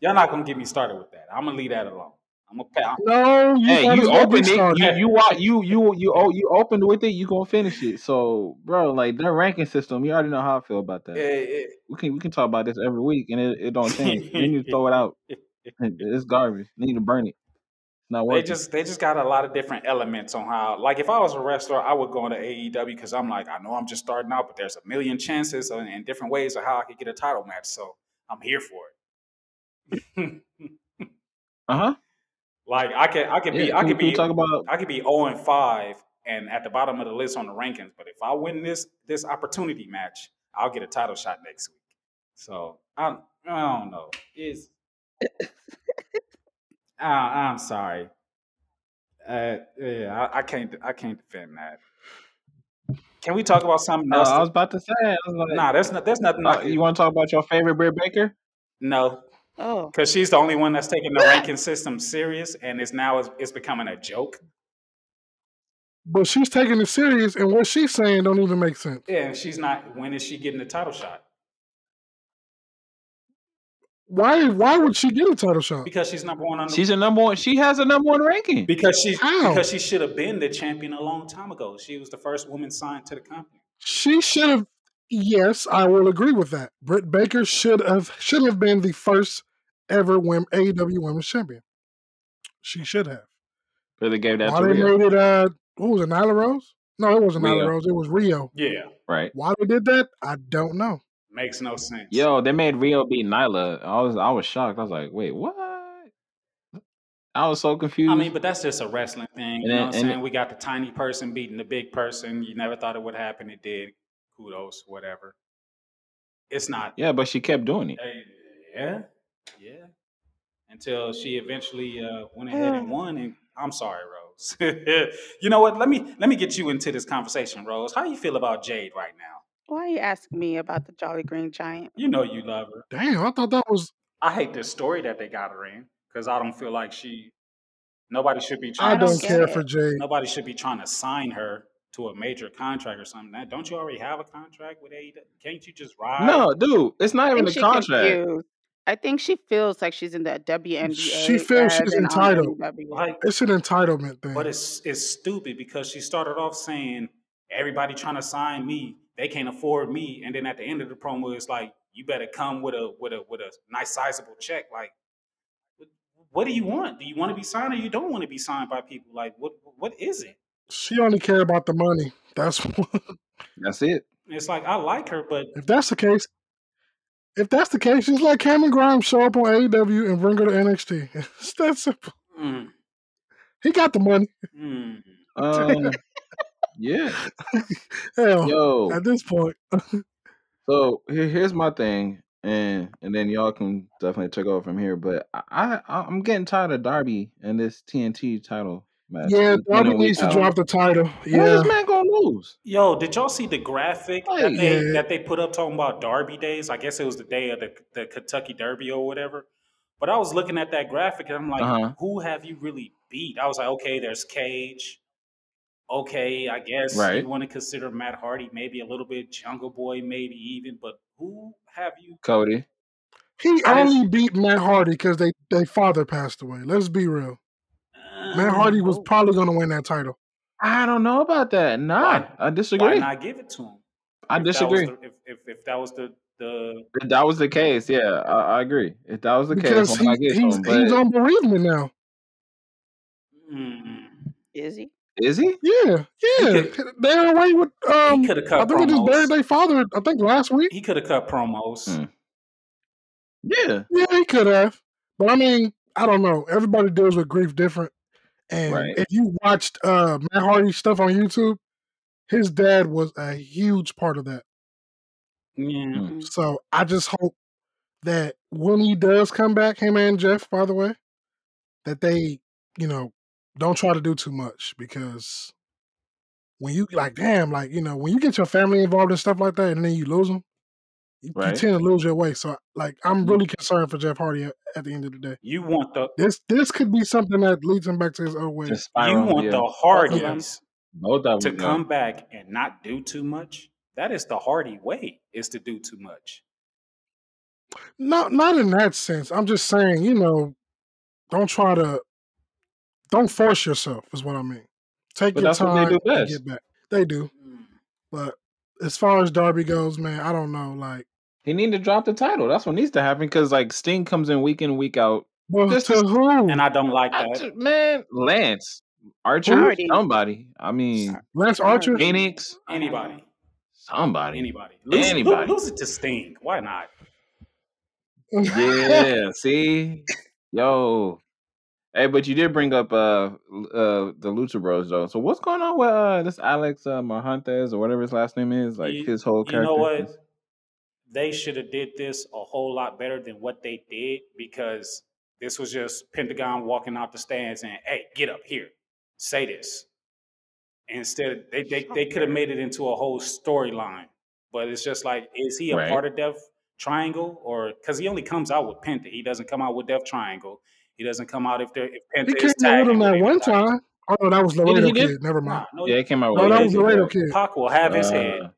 y'all not gonna get me started with that. I'm gonna leave that alone. I'm gonna pa- No, you Hey, might as you well be opened it. You started. you want you you you oh you opened with it. You gonna finish it. So, bro, like that ranking system, you already know how I feel about that. Eh, We can we can talk about this every week, and it, it don't change. They need to eh. throw it [laughs] out. It- It's garbage. They need to burn it. It's not they working. just they just got a lot of different elements on how like if I was a wrestler, I would go into AEW because I'm like, I know I'm just starting out, but there's a million chances and, and different ways of how I could get a title match. So I'm here for it. Uh huh. like I could I could Yeah. be I Can we could can we be talk about? I could be 0 and 5 and at the bottom of the list on the rankings, but if I win this this opportunity match, I'll get a title shot next week. So I I don't know. It's [laughs] I, I'm sorry. Uh, yeah, I, I can't I can't defend that. Can we talk about something Uh, else? I that- was about to say. I was like, Nah, there's not. There's nothing I uh, could. you want to talk about your favorite Britt Baker? No, Oh. because she's the only one that's taking the ranking system serious, and it's now it's, it's becoming a joke. But she's taking it serious, and what she's saying don't even make sense. Yeah, and she's not. When is she getting the title shot? Why? Why would she get a title shot? Because she's number one on the. She's a Oh. number one. She has a number one ranking. Because she How? because she should have been the champion a long time ago. She was the first woman signed to the company. She should have. Yes, I will agree with that. Britt Baker should have should have been the first ever women, AEW Women's Champion. She should have. But they gave that Why to they Rio. made it? Uh, what was it? Nyla Rose? No, it wasn't Nyla Rio. Rose. It was Rio. Yeah, Right. Why they did that? I don't know. makes no sense. Yo, they made Rio beat Nyla. I was I was shocked. I was like, wait, what? I was so I mean, confused. but that's just a wrestling thing. And You know then what I'm and it- saying? We got the tiny person beating the big person. You never thought it would happen. It did. Kudos, whatever. It's not. yeah, but she kept doing it. eh, Yeah, yeah. until she eventually uh, went [sighs] ahead and Ugh. won. And I'm sorry, Rose. [laughs] you know what? Let me let me get you into this conversation, Rose. How you feel about Jade right now? Why are you asking me about the Jolly Green Giant? You know you love her. Damn, I thought that was. I hate this story that they got her in because I don't feel like she. Nobody should be I trying I to. don't don't s- get care for it. Jade. Nobody should be trying to sign her to a major contract or something. That don't you already have a contract with AEW? Can't you just ride? No, dude, it's I not even think a she contract. confused. I think she feels like she's in the She WNBA feels rather she's than on entitled. AEW. Like It's an entitlement But thing. it's it's stupid because she started off saying everybody trying to sign me, they can't afford me, and then at the end of the promo, it's like you better come with a with a with a nice sizable check. Like, wh- what do you want? Do you want to be signed or you don't want to be signed by people? Like, what what is it? She only care about the money. That's [laughs] what. That's [laughs] it. And it's like I like her, but If that's the case, if that's the case, just let Cameron Grimes show up on AEW and bring her to NXT. [laughs] It's that simple. mm, He got the money. mm. Um, yeah. Hell, Yo, at this point, so here, here's my thing, and and then y'all can definitely take over from here. But I, I I'm getting tired of Darby and this TNT title Man, Yeah, week in Darby and week needs to out. drop the title. When Yeah. is man gonna lose? Yo, did y'all see the graphic that Hey. they Yeah. that they put up talking about Derby days? I guess it was the day of the, the Kentucky Derby or whatever. But I was looking at that graphic and I'm like, Uh huh. who have you really beat? I was like, okay, there's Cage. Okay, I guess you Right. want to consider Matt Hardy maybe a little bit, Jungle Boy maybe even, but who have you? Cody. He I didn't. only beat Matt Hardy because they, they father passed away. Let's be real. Matt Uh, Hardy was oh, probably going to win that title. I don't know about that. Nah, why I why disagree. not give it to him I if that was disagree. the if if, if that was the the If that was the case, yeah, I, I agree. If that was the case, Because why not he give it to he's him? But he's on bereavement now. Mm. Is he? is he? Yeah, he yeah. could They're away with he um. could have I cut think they just buried promos. their father. I think last week. He could have cut promos. Hmm. Yeah. Yeah, he could have. But I mean, I don't know. Everybody deals with grief different. And Right. if you watched uh Matt Hardy stuff on YouTube, his dad was a huge part of that. Yeah. Hmm. Mm. So I just hope that when he does come back, him and Jeff, by the way, that they, you know, don't try to do too much because when you like, damn, like you know, when you get your family involved in stuff like that, and then you lose them. you, you Right. tend to lose your way. So, like, I'm Mm. really concerned for Jeff Hardy at, at the end of the day. You want the This this could be something that leads him back to his old To ways. you spiral. want Yeah. the Both of Hardys Yeah, them. Both of to them. Yeah. come back and not do too much. That is the Hardy way is to do too much. not not in that sense. I'm just saying, you know, don't try to don't force yourself. Is what I mean. Take But your that's what they time do and best. get back. They do, Mm. but as far as Darby goes, man, I don't know. Like, He need to drop the title. That's what needs to happen because like Sting comes in week in week out. well, Just to as who? And I don't like I that. just, man, Lance, Archer, Who? Hardy. somebody. I mean, Har- [laughs] Lance Hmm. Archer? Hardy. Phoenix, Anybody. [laughs] somebody, Anybody. Lose it lose, anybody. lose it to Sting. Why not? [laughs] Yeah. See, yo, Hey, but you did bring up uh l- uh the Lucha Bros though. So what's going on with uh this Alex uh, Marhantes or whatever his last name is? Like You his whole you know character. what? Is... They should have did this a whole lot better than what they did because this was just Pentagon walking out the stands and hey, get up here. Say this. instead they they, they could have made it into a whole storyline but it's just like is he a Right. part of death triangle or because he only comes out with penta he doesn't come out with death triangle he doesn't come out if they if He came penta is out with him tagging with that one anybody time. Oh no, that was He did. Laredo He did. Kid. Never mind. nah no Yeah, he, he came out No, with that no was Laredo Laredo Kid. Kid. Pac will have his head Uh,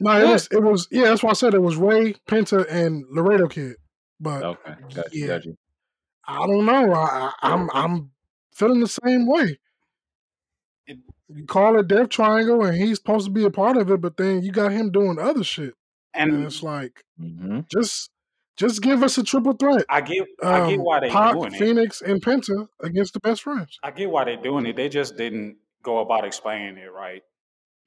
No, it yeah. was it was yeah. That's why I said it was Ray Penta and Laredo Kid. But Uh, Okay. Got you. yeah, Got you. I don't know. I, I, I'm I'm feeling the same way. It- You call it Death Triangle, and he's supposed to be a part of it, but then you got him doing other shit, and it's and like hmm just just give us a triple threat: i get i get um, why they Pac, doing it Phoenix, and Penta against the best [sighs] friends. i get why they're doing it they just didn't go about explaining it right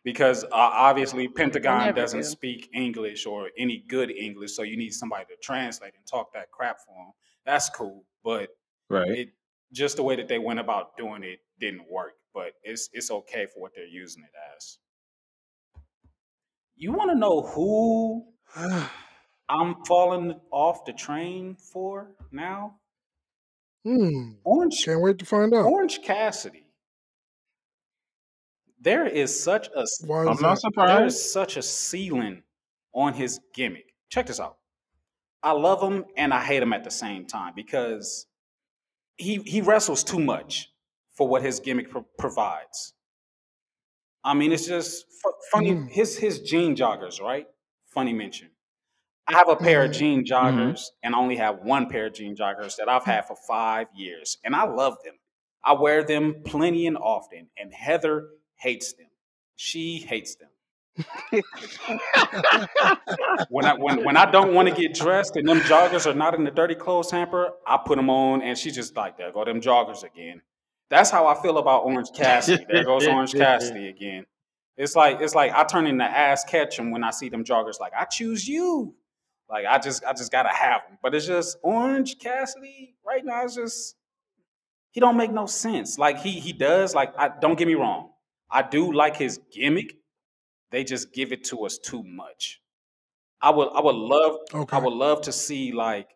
because uh, obviously They Pentagon never doesn't do. speak English or any good English, so you need somebody to translate and talk that crap for them. That's cool, but Right. it just the way that they went about doing it didn't work. But it's it's okay for what they're using it as. You want to know who I'm falling off the train for now? hmm. Orange Can't wait to find out. Orange Cassidy. There is such a s- Why I'm is not that? there surprised. is such a ceiling on his gimmick. Check this out. I love him and I hate him at the same time because he he wrestles too much for what his gimmick pro- provides. I mean, it's just fu- funny. Mm, His his jean joggers, right? Funny mention. I have a pair of mm, jean hmm joggers and I only have one pair of jean joggers that I've had for five years, and I love them. I wear them plenty and often, and Heather hates them. She hates them. when I when when I don't want to get dressed and them joggers are not in the dirty clothes hamper, I put them on and she's just like, there go them joggers again. That's how I feel about Orange Cassidy. There goes Orange Cassidy again. It's like it's like I turn into ass Ketchum when I see them joggers. Like I choose you. Like I just I just gotta have them. But it's just Orange Cassidy right now. It's just he don't make no sense. Like he he does. Like I don't get me wrong. I do like his gimmick. They just give it to us too much. I would I would love I okay. would love to see like,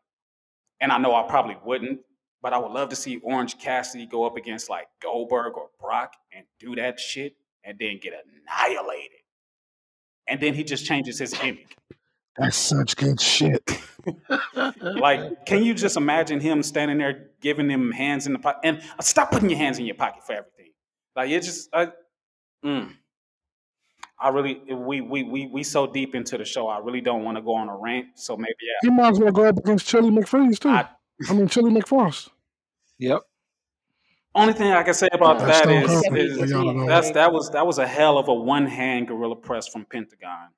and I know I probably wouldn't, But I would love to see Orange Cassidy go up against like Goldberg or Brock and do that shit and then get annihilated. And then he just changes his gimmick. That's such good [laughs] shit. Like, can you just imagine him standing there giving them hands in the pocket? And stop putting your hands in your pocket for everything. Like, it just, I, mm. I really, we, we, we, we so deep into the show, I really don't want to go on a rant. So maybe, He yeah. might as well go up against Chili McFreeze too. I, I- mean Chili McFrost. Yep. Only thing I can say about That's that Stone is, Cold WWE for y'all is to champ, know. that's right? that was that was a hell of a one hand gorilla press from Pentagon,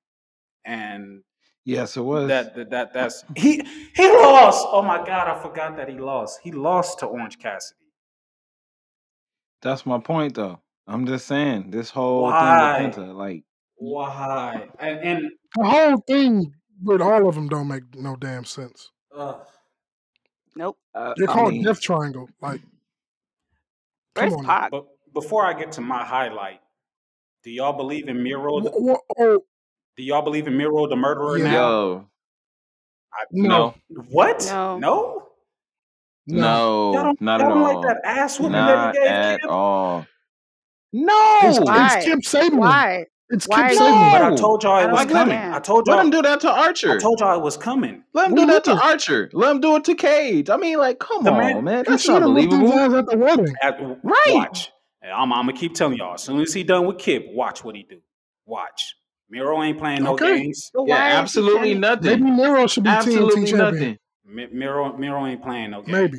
and Yes, it was. that that, that that's he he lost. Oh my God, I forgot that he lost. He lost to Orange Cassidy. That's my point, though. I'm just saying this whole thing Why? with Penta, like, Why? And and The whole thing with all of them don't make no damn sense. uh, Nope. uh, They're I called mean, Death Triangle. Like, come Where's on now. Pac? but before I get to my highlight, do y'all believe in Miro? Wha The, wha- oh do y'all believe in Miro the murderer yeah, now? yo, I, no, no, what? No. No, no. y'all no, don't not y'all at don't like that all, ass whooping that he not gave at Kip. all. It's No, it's Why? Kip Sabian. Why? It's Kip Why is Sabian. But I no. told y'all I it don't was Like let him, coming. I understand. told let him y'all, do that to I Archer. told y'all it was coming. Let him We do that to will. Archer. Let him do it to Cage. I mean, like, come The man, on, man, He that's should not have whooped his believable, ass at the wedding. at- w- right? watch. And I'm, I'm gonna keep telling y'all. As soon as he done with Kip, watch what he do. Watch. Miro ain't playing no Okay. games. But Yeah, why is he absolutely turning? Maybe nothing, Miro should be TNT absolutely champion. nothing. [laughs] Mi- Miro, Miro ain't playing no games. Maybe.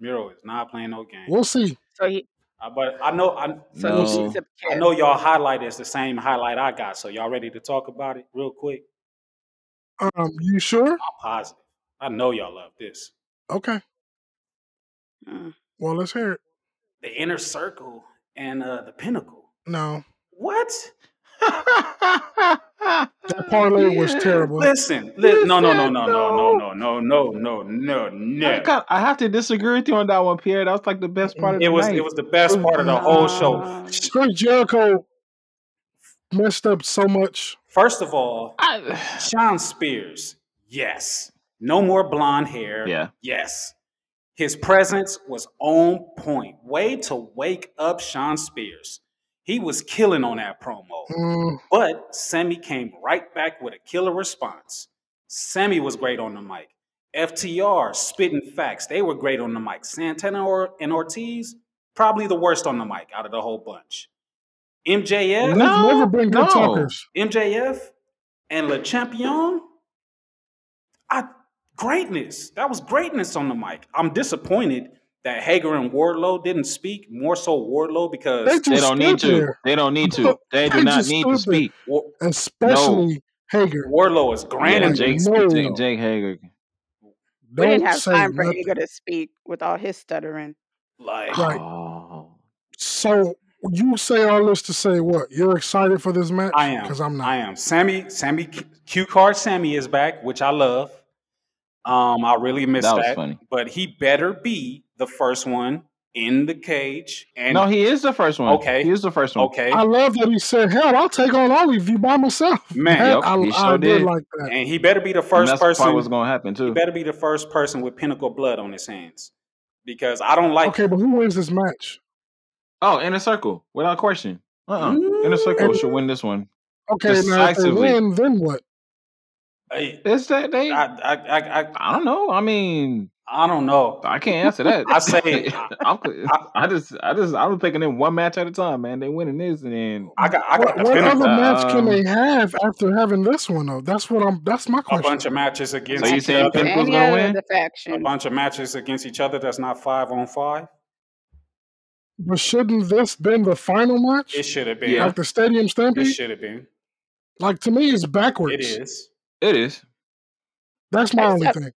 Miro is not playing no games. We'll see. So he Uh, but I know, I, so he We'll beats see. No, up I Kip. know y'all highlight is the same highlight I got. So y'all ready to talk about it real quick? Um, you sure? I'm positive. I know y'all love this. Okay. Mm. Well, let's hear it. The inner circle and uh, the pinnacle. No. What? That parlay was Uh, yeah. terrible. Listen, li- You no, no, no, said no, no, no, no. no, no, no, no, no, I no. got. I have to disagree with you on that one, Pierre. That was like the best part Mm-mm. of It the was it night. was the best part of the Mm-mm. whole show. Um, Chris Jericho messed up so much. First of all, [laughs] I, Sean Spears, yes. No more blonde hair, yeah. yes. His presence was on point. Way to wake up Sean Spears. He was killing on that promo. Mm, But Sammy came right back with a killer response. Sammy was great on the mic. FTR spitting facts. They were great on the mic. Santana or, and Ortiz, probably the worst on the mic out of the whole bunch. MJF, they've never Uh, No, been good no. talkers. MJF, and Le Champion, I greatness. That was greatness on the mic. I'm disappointed that Hager and Wardlow didn't speak. More so Wardlow They because They just don't need stood to. there. They don't [laughs] need to. They do they not just need to stood there. speak. Wa- No. especially Hager. Wardlow is Yeah, granted Like, them Jake. to speak no, Jake. though. Jake Hager. we didn't don't have say time for nothing. Hager to speak with all his stuttering. Like Right. Oh. So you say all this to say what? You're excited for this I match? am. Because I'm not. I am. Sammy. Sammy. Q card. Sammy is back, which I love. Um, I really miss That was that. funny. But he better be the first one in the cage. And No, he is the first one. He okay, is the first one. I okay, love that he said, "Hell, I'll take on all of you by [laughs] myself." That man. Yep, I he I sure did did. like that. And he better be the And first that's probably what's person. gonna happen He too. better be the first person with pinnacle blood on his hands, because I don't like. Okay, but who wins this match? Oh, inner circle, without question. Uh uh Inner circle And should Mm, win this one okay, now if they decisively. win, then what? I, It's that I, they? I, I, I I don't know. I mean, I don't know. I can't answer that. I say I, [laughs] I'm, I, I just, I just, I'm picking them one match at a time, man. They winning this, and then I got, I [laughs] What got the what uh, other pinnacle. match can um. they have after having this one though? That's what I'm. That's my A question. bunch of matches A So against you match each saying against other. Pinnacle's any gonna other of win? the A factions. bunch of matches against each other. That's not five on five. But shouldn't this been the final It match, should have been. Yeah, like the Stadium It Stampede? should have been. Like to me, it's It backwards. is. it is. That's I my just only have, thing.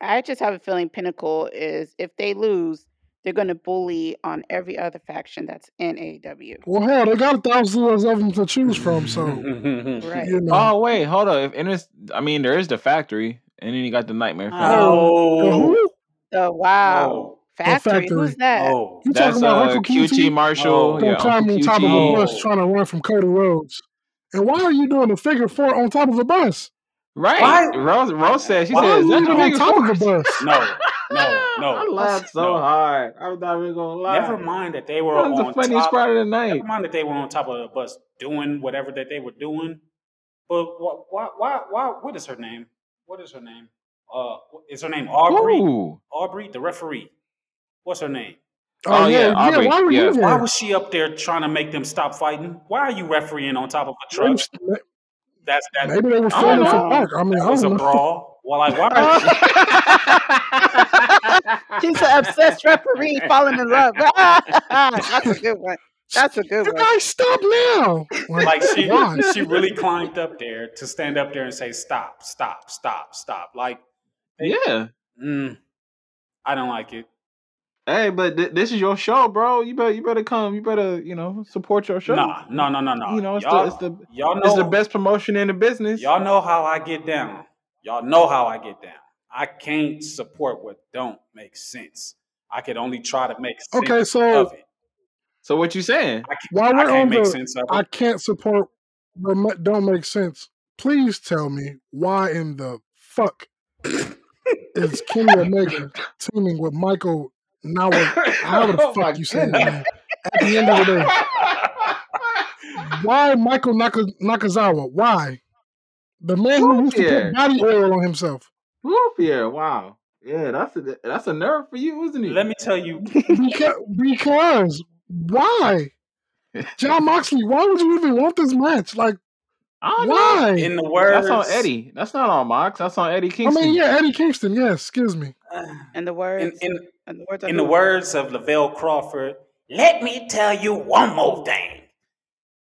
I just have a feeling Pinnacle is if they lose, they're going to bully on every other faction that's in E AEW. Well, hell, they got thousands of them to choose from, [laughs] so Right. you no. know. Oh wait, hold up. If inner, I mean, there is the factory, and then you got the Nightmare Family. Oh, the who? So wow, No. The Oh, factory. Oh, Who's factory. that? No. You talking That's about uh Uncle QT QT Marshall. gonna Yeah, No. climb on Uncle top of a QT. bus No. trying to run from Cody Rhodes? And why are you doing a figure four on top of a bus? Right. Why? Rose Rose said she Why said, are Is you that the even on No. figure [laughs] top four? of the bus? No. No, I [laughs] no. laughed so No. hard. I'm not even gonna lie. Never mind that they were That was on the funniest top. part of the night. Never mind that they were on top of the bus doing whatever that they were doing. But why? Why? Why? why what is her name? What is her name? Uh, is her name Aubrey? [laughs] Ooh. Aubrey, the referee. What's her name? Oh, yeah, Aubrey, Why were yeah. you there? Why was she up there trying to make them stop fighting? Why are you refereeing on top of a maybe, truck? That's that. maybe they were I don't filming for know. Park. I mean, That I was a don't know. brawl. Well, like why? [laughs] Are, Oh. [laughs] She's an obsessed referee falling in love. [laughs] That's a good one. That's a good The one. guy stop now. Like, like she [laughs] why? she really climbed up there to stand up there and say stop, stop, stop, stop. Like Yeah. mm, I don't like it. Hey, but th- this is your show, bro. You better you better come. You better, you know, support your show. Nah, no, no, no, no. You know, it's the it's Y'all, the y'all it's the know, best promotion in the business. y'all know how I get down. Y'all know how I get down. I can't support what don't make sense. I could only try to make sense Okay, so of it. So what you [laughs] saying? I can't, while I we're can't on make the, sense of I it. can't support, what ma- don't make sense. Please tell me why in the fuck is Kenny Omega teaming with Michael Nawa, however the [laughs] oh fuck my you say his goodness. name. At the end of the day, why Michael Naka- Nakazawa? Why the man who used to put Pierre. body oil on himself? [laughs] Woo, Pierre. Wow. Yeah, that's a that's a nerve for you, isn't it? Let me [laughs] tell you, Because, because why? John Moxley, why would you even want this match? Like, I don't know. why? in the That's on words, Eddie. That's not on Mox. That's on Eddie I mean, Kingston. yeah, Eddie Kingston, yes, excuse me. And the [sighs] in words, in and the words of in the who? words of Lavelle Crawford, let me tell you one more thing.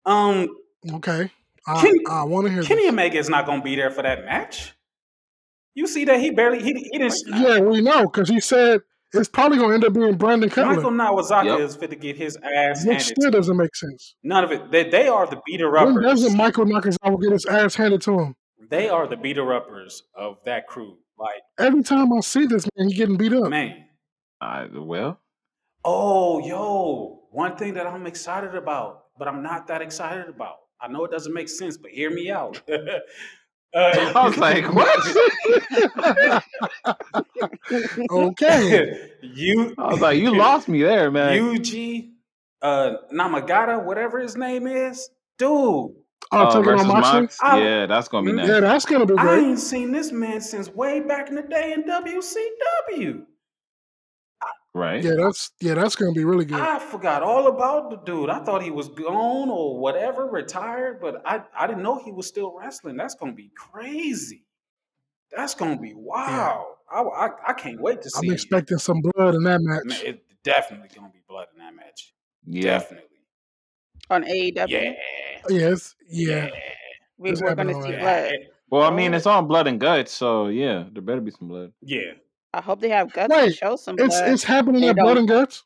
Um, Okay, I Kenny, I want to hear Kenny this. Omega is not going to be there for that match. You see that he barely he, he didn't. Yeah, we know because he said it's probably gonna end up being Brandon Michael Cutler, Nawazaka Yep. is fit to get his ass which handed still to him. doesn't make sense. None of it. They, they are the beater When doesn't uppers. Michael Nakazawa get his ass handed to him? They are the beater uppers of that crew. Like Every time I see this man, he getting beat up. man. Uh, well, Oh yo, one thing that I'm excited about, but I'm not that excited about. I know it doesn't make sense, but hear me out. [laughs] uh, [laughs] I was like, [laughs] what? [laughs] okay, [laughs] you I was like, you lost me there, man. Yuji uh Namagata, whatever his name is, dude. oh, Oh, taking on versus Moxley. Mox. I Yeah, that's gonna be mm, nice. Yeah, that's gonna be I great. ain't seen this man since way back in the day in WCW. Right. Yeah, that's yeah, that's gonna be really good. I forgot all about the dude. I thought he was gone or whatever, retired, but I, I didn't know he was still wrestling. That's gonna be crazy. That's gonna be Yeah, wow. I, I, I can't wait to I'm see it. expecting some blood in that Man, match. it definitely gonna be blood in that match. Yeah. Definitely. [laughs] on Yeah. AEW. Yes, yeah, yeah, We, it's we're going happening to on see that. yeah, blood. it- Well, I mean, Oh, it's on blood and guts, so yeah, there better be some blood. yeah. I hope they have guts to Wait, show some it's blood. it's happening They at Blood don't. and Guts.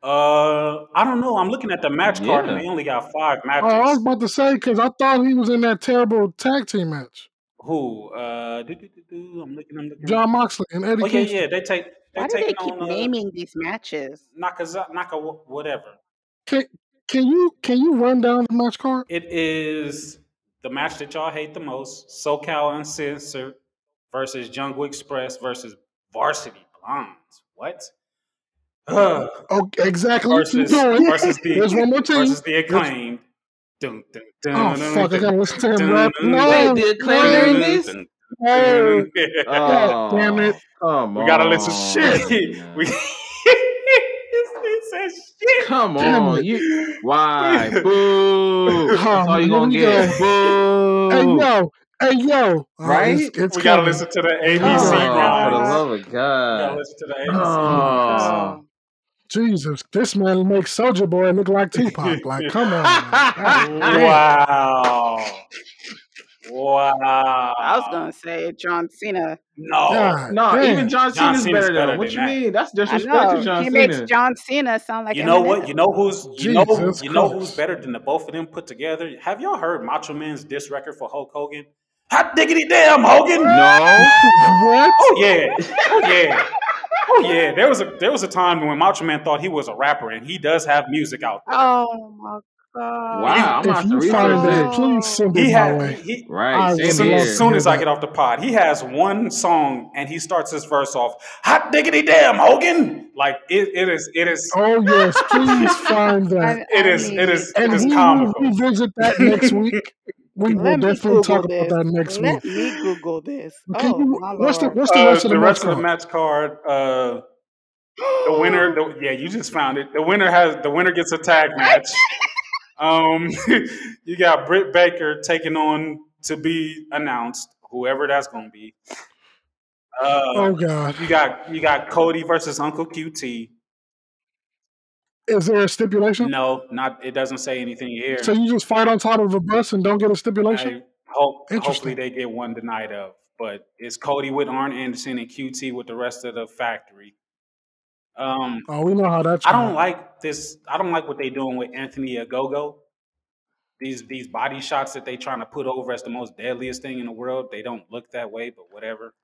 Uh, I don't know. I'm looking at the match card and Yeah. they only got five Oh, I was matches. about to say because I thought he was in that terrible tag team match. Who? Uh, do, do, do, do. I'm looking. I'm looking. John Moxley and Eddie Oh yeah, yeah. Kingston. They take. They Why do they taking keep on uh naming these matches? Nakaza Naka whatever. Can can you can you run down the match card? It is the match that y'all hate the most: SoCal Uncensored versus Jungle Express versus Varsity Blondes. What? Ugh. Oh, exactly. Keep versus going. versus the There's one more team. versus the There's acclaimed. Dun, dun, oh dun, dun, fuck, I gotta listen to him dun, rap. Wait, No, the acclaim dun, during no, dun, this? dun, no. dun. God damn it! Oh, come We gotta listen. Shit, [laughs] on, Shit. [laughs] We. man. it says Come damn on, it! you. Why? [laughs] shit. Boo! Oh That's all man, you here gonna we get. go. Hey Boo! yo, hey yo. Oh, it's Right? it's we gotta coming. listen to the Here we go. ABC Oh, for the grinds. Uh, love of We gotta God! listen to the ABC Oh grinds. Oh. oh, Jesus, this man makes Soldier Boy look like [laughs] Tupac. Like, come on, man. [laughs] God damn. wow. I was Wow. going to say John Cena. No. God Oh, No, even damn. John John Cena's Cena's better better than. What than you that. mean? That's I disrespect to know. John He makes Cena. John Cena sound like You know Eminem. what? You know who's you know Jesus you know who's Christ. better than the both of them put together? Have y'all heard Macho Man's diss record for Hulk Hogan? Hot diggity damn Hogan! No. What? Oh yeah. Oh yeah. Oh yeah. There was a there was a time when Macho Man thought he was a rapper and he does have music out there. Oh, my Wow, I'm gonna if have to you research find that, this. please send it He my had way. he, he- Right, I same would soon, love here. to soon hear as I get that. off the pod, he has one song and he starts his verse off, "Hot diggity damn, Hogan!" Like it, it is, it is, Oh yes, [laughs] please find that, I, it I is, need it you is, it and is we to. will comical. revisit that next [laughs] week. We will Let me definitely talk Google about this. that next week. Let me Google this. But Can Oh you? my What's the lord. What's the uh, rest of the the match rest of the card? match card, uh, the winner, the, yeah, you just found it. The winner has the winner gets a tag match. Um, [laughs] you got Britt Baker taking on to be announced, whoever that's going to be. Uh, Oh God, you got you got Cody versus Uncle QT. is there a stipulation? No, not it doesn't say anything So here. you just fight on top of a bus and don't get a stipulation? I hope hopefully Interesting. they get one tonight of, but it's Cody with Arn Anderson and QT with the rest of the factory. Um, Oh, we know how that's I going. don't like this. I don't like what they're doing with Anthony Agogo. These these body shots that they trying to put over as the most deadliest thing in the world. They don't look that way, but whatever.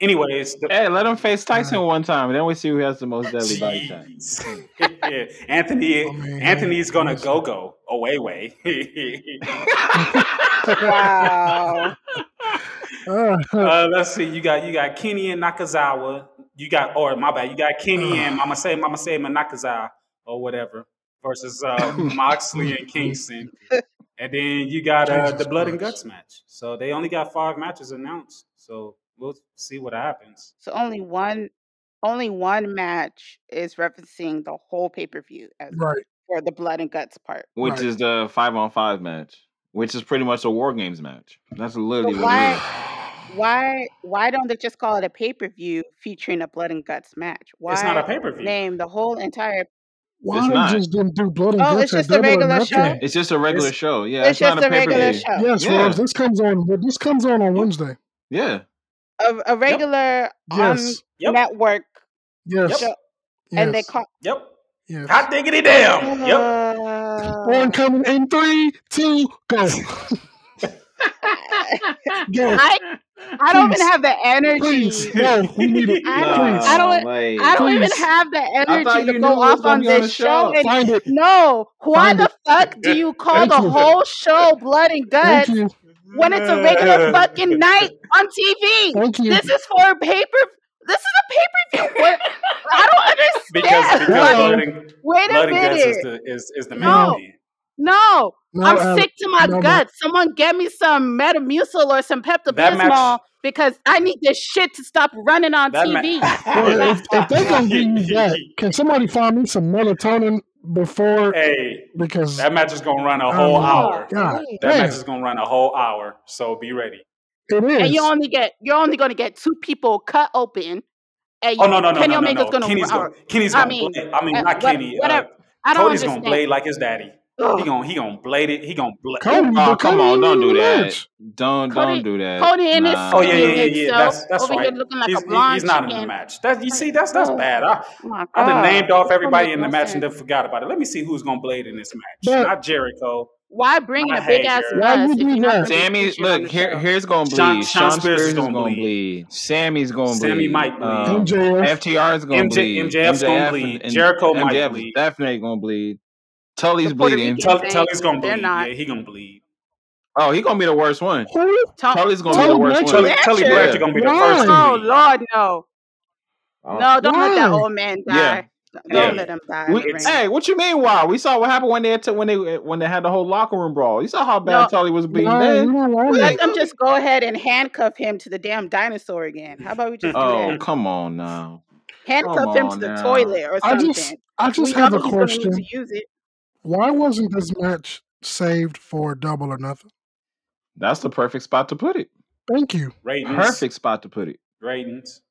Anyways, the, Hey, let him face Uh, Tyson one time, and then we see who has the most deadly body [laughs] shot. Oh, Jeez. That's it. yeah. I Anthony mean, Anthony's gonna go listen. go away way. [laughs] Wow. Uh, [laughs] uh, let's see, you got you got Kenny and Nakazawa. You got or my bad, you got Kenny and Mama Say Mama Say Nakazawa or whatever versus uh, [laughs] Moxley and Kingston. And then you got uh, the Jesus blood and Christ. guts match. So they only got five matches announced. So we'll see what happens. So only one only one match is referencing the whole pay-per-view as Right, for the blood and guts part. Which right. is the five on five match, which is pretty much a war games match. That's So literally what it why is. why why don't they just call it a pay-per-view featuring a blood and guts match? It's not a Why pay per view. name the whole entire Why It's they not. just didn't do blood and Oh, guts it's at just a double or regular show? nothing? It's just a regular It's show. Yeah, It's it's not just a a pay per regular view. show. Yes, Rose. Yeah, This comes on. This comes on on Wednesday. yeah, A, a yep, regular on Yes, yep, network yes, show yep, and they yes, call yep. yes. Hot diggity damn. Yep. One [laughs] uh, coming in three, two, [laughs] go, I go. I I don't even Please, have the please, energy. no. We need it. [laughs] I don't Please, I no, don't I wait. don't even please. have the I energy thought to you go knew what was off gonna on be on this the show show. and Find it. no, why Find the it. fuck do you call Thank the you. whole show blood Thank and guts you. when it's a regular fucking night on TV? Thank you. This is for a paper this is a pay-per-view. What I don't [laughs] because understand. because blood Hello. and Wait a blood and guts is minute. the is is the main No. No, event. no. I'm No, Alex. sick to my No, no. guts. Someone get me some Metamucil or some That match Pepto-Bismol because I need this shit to stop running on that TV. [laughs] Well, if if they're gonna give you that, match. can somebody find me some melatonin before? hey, Because that match is gonna run a I whole mean, Oh hour. God man. That match damn, is gonna run a whole hour. So be ready. it And you is. only get you're only gonna get two people cut open, and Oh you, no no no Kenny no no Omega's no. gonna. Kenny's Uh, gonna Kenny's I gonna mean, blade. I mean uh, not what Kenny. Uh, whatever. I don't Cody's gonna understand. blade like his daddy. He Ugh. gonna he gonna blade it. He gonna blade. Cody, Oh, but come Cody on, ain't don't in do the that. match. Don't don't Cody, do that. Cody in his Oh yeah yeah Nah. sophian yeah yeah. self That's that's over here right. looking like a He's he- blonde he's not in the chicken. match. That you Like, see that's that's ugh, bad. I oh my I done god, named this off don't everybody make in the no match and sense. then forgot about it. Let me see who's gonna blade in this match. But Not Jericho. Why bring in Not a big ass Hager. why bus you if do you're not that? gonna be Sammy, featured on look the here. show? Here's gonna Sean bleed. Sean Sean Spears is Spears is gonna gonna bleed. bleed. Sammy's gonna Sammy bleed. might bleed. Um, MJF. FTR is gonna MJ bleed. MJF's gonna MJF and, bleed. and Jericho might MJF is bleed. definitely gonna bleed. The Tully's Puerto bleeding. Ricans Tully, ain't. Tully's gonna They're bleed. not. Yeah, he gonna bleed. Oh, he gonna be the worst one. Who? Tol- Tully's gonna be who? the Tully worst one. Blanchard. Tully Tully Yeah. Blanchard? Blanchard gonna be the first to Why? Oh bleed. Lord, no, Oh. no! Don't let that Why? old man Yeah. die. Don't don't Yeah. Yeah, let him die in We the it's ring. hey, what you mean? Why? We saw what happened when they t- when they when they had the whole locker room brawl. You saw how bad No, Tully was beaten No, we then. don't want let it. Like, them just go ahead and handcuff him to the damn dinosaur again. How about we just do oh, that? come on now, come Handcuff him to on the now. toilet or I just something. I just We know have a he's gonna need to question. use it. Why wasn't this match saved for double or nothing? That's the perfect spot to put it. Thank you. ratings, Perfect spot to put it. ratings.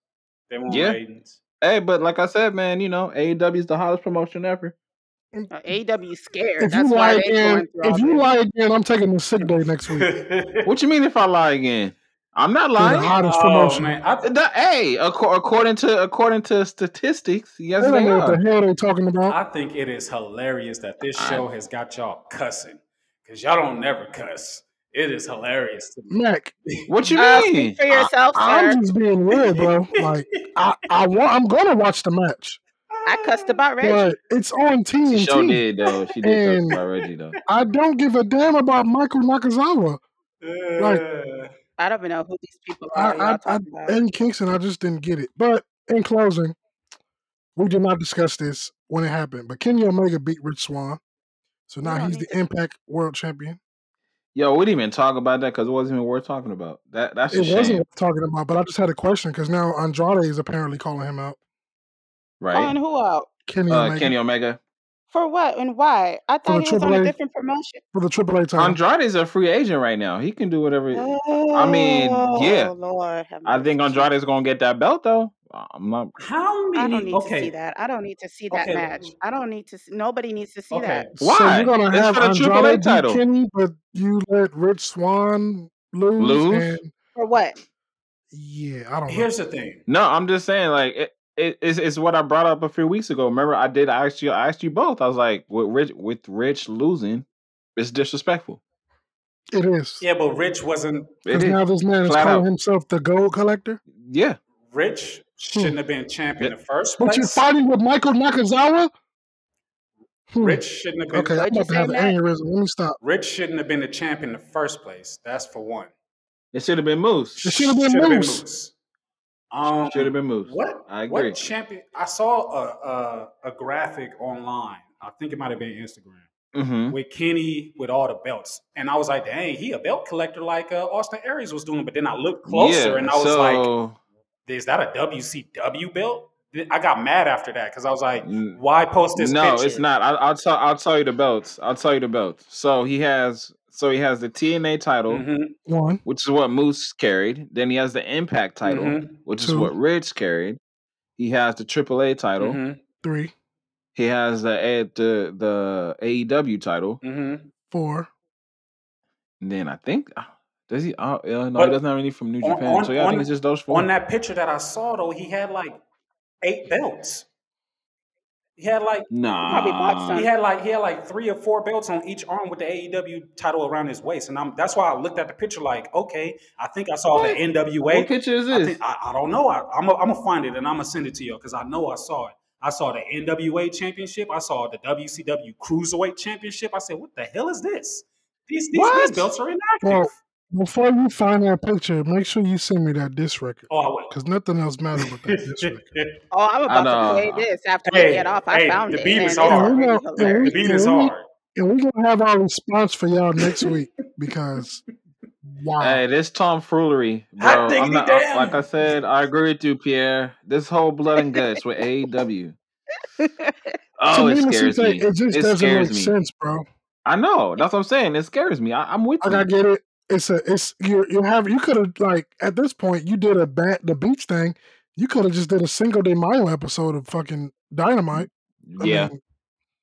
They want Yeah. ratings. Hey, but like I said, man, you know, AEW is the hottest promotion ever. Uh, AW scared. If you That's why lie they again, going through if all you this. lie again, I'm taking a sick day next [laughs] week. [laughs] What you mean if I lie again? I'm They're not the lying. hottest oh promotion. man, I, The, hey, acco- according to according to statistics, yes They they don't know what the are. hell they're talking about. I think it is hilarious that this I show has got y'all cussing because y'all don't never cuss. It is hilarious to Mac, me. what you Uh, speak mean? for I, yourself, I'm sir. just being real, bro. Like I, I want, I'm gonna watch the match. I cussed about Reggie. But it's on She TNT. sure did though. She did And- cuss about Reggie though. I don't give a damn about Michael Nakazawa. Like- Uh, I don't even know who these people I- are. I- y'all I- talking about. Eddie Kingston, I just didn't get it. But in closing, we did not discuss this when it happened. But Kenny Omega beat Rich Swan. So We now don't he's need the Impact World Champion. Yo, we didn't even talk about that because it wasn't even worth talking about. That that's a It wasn't shame, worth talking about, but I just had a question because now Andrade is apparently calling him out. right? Calling Oh, who out? Kenny uh, Omega Kenny Omega. For what and why? I the thought he was on AAA. a different promotion. for the AAA title. Andrade's a free agent right now. He can do whatever. I mean, yeah. Oh, Lord, have I think mercy. Andrade's gonna get that belt though. I'm not. how many? I don't need okay, to see that. I don't need to see that Okay. match. I don't need to. See, nobody needs to see okay. that. So Why? you're gonna It's have for the AAA Andrade beat title. Kenny, but you let Rich Swan lose, Lose? and For what? yeah, I don't know. Here's the thing. No, I'm just saying like it. It is it's what I brought up a few weeks ago. Remember, I did. I asked you. I asked you both. I was like, with Rich, with Rich losing, it's disrespectful. It is Yeah, but Rich wasn't. It because is. now this man is Flat calling out. himself the Gold Collector, Yeah. Rich shouldn't have been champ in the first Hmm. but you're place. fighting with Michael Nakazawa. Hmm. Rich shouldn't have been. Okay, I'm What'd you about to say, have an Matt? aneurysm. Let me stop. Rich shouldn't have been the champ in the first place. That's for one. It should have been Moose. It should have been Should have Moose. Um, Should have been Moose. What? I agree. What champion? I saw a, a a graphic online. I think it might have been Instagram Mm-hmm. with Kenny with all the belts, and I was like, "Dang, he a belt collector like uh, Austin Aries was doing." But then I looked closer, yeah. and I was like, so is that a WCW belt? Then I got mad after that because I was like, n- why post this no, picture? it's not. I, I'll tell. I'll tell you the belts. I'll tell you the belts. So he has. So he has the TNA title, Mhm, One, which is what Moose carried. Then he has the Impact title, mhm, which is Two. what Rich carried. He has the AAA title. mhm, three, He has the A- the the AEW title. mhm. four. And then I think uh, does he? Oh, yeah, no, But he doesn't have any from New on Japan. on So yeah, I think it's on just those four. on that picture that I saw though, he had like eight belts. He had like He probably bought Nah. some. he had like he had like three or four belts on each arm with the AEW title around his waist, and I'm that's why I looked at the picture like, okay, I think I saw What? the NWA. What picture is I this? think uh, I, I don't know. I, I'm gonna I'm gonna find it and I'm gonna send it to you because I know I saw it. I saw the NWA championship. I saw the WCW Cruiserweight championship. I said, what the hell is this? These these, these What? belts are inactive. Well, before you find that picture, make sure you send me that disc record oh, I will. because nothing else matters but [laughs] that disc record. Oh, I'm I about to play know. this after we hey, get off. I hey, found the it beat is and it's And hard. we're already [laughs] gonna and The we hilarious. beat and is we hard. and we're gonna have our response for y'all next week because wow, Hey, this tomfoolery, Hot bro. I'm diggity not I, like I damn. said. I agree with you, Pierre. This whole blood and guts with AEW. to Oh, it me, scares Masite, me. it just It doesn't scares make me. sense, bro. I know. That's what I'm saying. It scares me. I, I'm with Like I you. get it. It's a it's you you have you could have like at this point you did a bat the beach thing. You could have just did a single day Mayo episode of fucking Dynamite. I Yeah. mean,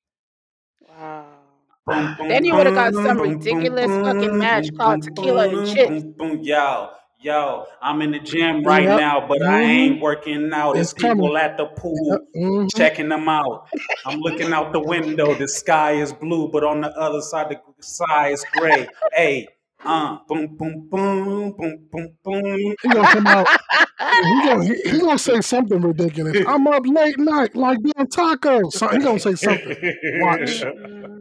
[laughs] wow. [sighs] Boom, boom, Then you would have got boom, some boom, boom, ridiculous fucking boom, match boom, called boom, Tequila and boom, Chips. boom, boom, yo, yo. I'm in the gym right yep, now, but I Mm-hmm. mhm, ain't working out. It's it's coming. people at the Yep, pool mhm. checking them out. [laughs] I'm looking out the window. The sky is blue, but on the other side, the sky is gray. Hey, uh, boom, boom, boom, boom, boom, boom. He gonna come out he gonna he, he gonna say something ridiculous. I'm up late night like damn tacos. So, he gonna say something. [laughs] Watch. Mm-mm.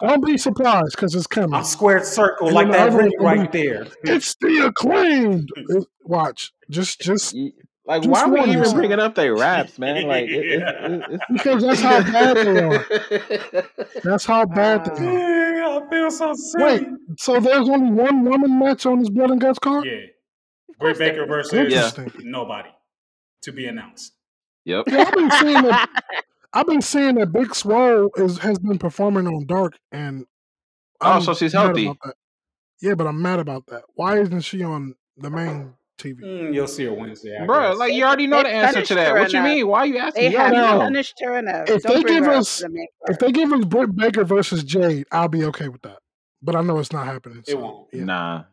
Don't be surprised because it's I'm coming. squared circle And then like the that other one's ring gonna be right Mm-hmm. there. it's the acclaimed. It- watch. Just just Y- Like, why just we warn even yourself bringing Oh. up their raps, man? Like, it, it's it's because that's how bad they are. [laughs] it's. That's how bad they Uh. Wow. are. Yeah, I feel so Wait, silly. so there's only one woman match on this blood and guts card? Yeah, Of Britt course there is. Baker yeah. versus Interesting. nobody to be announced. Yep. Yeah, I've been seeing that. I've been seeing that Big Swole is has been performing on Dark, and Oh, I'm so she's mad about healthy. that. Yeah, but I'm mad about that. Why isn't she on the main TV? Mm, you'll see her Wednesday, I Bro, guess. [laughs] like they you already know they the answer to punished that. her What you enough. mean? Why are you asking? They You already have Now, know. punished her enough. if Don't they bring give her up to us the main if card. they give us Britt Baker versus Jade, I'll be okay with that. But I know it's not happening. It So won't. yeah, Nah.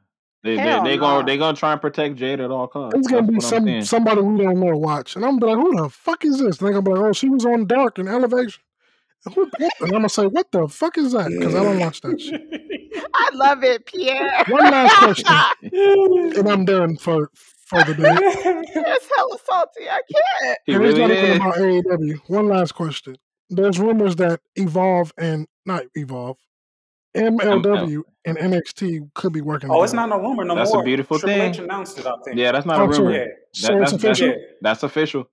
They they Hell they going no. they gonna try and protect Jade at all costs. it's gonna That's be what I'm some saying. somebody we don't know watch, and I'm gonna be like, who the fuck is this? And they're gonna be like, oh, she was on Dark and Elevation. Who- what? And I'm gonna say, what the fuck is that? Because I don't watch that shit. I love it, Pierre. [laughs] One last question, and I'm done for for the day. It's hella salty. I can't. He and really it's not even is. about AEW. One last question. There's rumors that Evolve and not Evolve, MLW and NXT could be working. Oh, it's together. not no rumor no That's a more. beautiful Triple thing. H announced it, I think. Yeah, that's not a Oh, rumor. sorry. Yeah. So That, it's that's, that's, official. Yeah. that's official.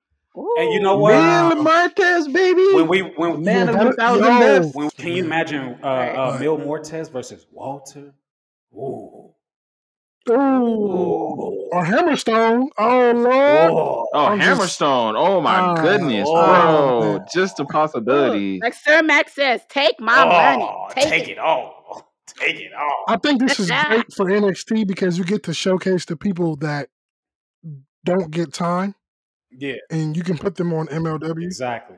And you know Ooh. what? Wow. Billy Martez, baby. When we when Yeah, Man of that a is, thousand yo. deaths. when can you Yeah. imagine uh, Right. uh Right. Mil Mortez versus Walter? Ooh. Ooh. Ooh. Or Hammerstone. Oh Lord. Whoa. Oh, I'm just Hammerstone. Oh my ah goodness, ah Oh. bro. man. Just the Look, possibilities. like Sir Max says, take my money. Oh, Take take it. it all. Take it all. I think this is great for NXT because you get to showcase the people that don't get time, Yeah, and you can put them on MLW. exactly.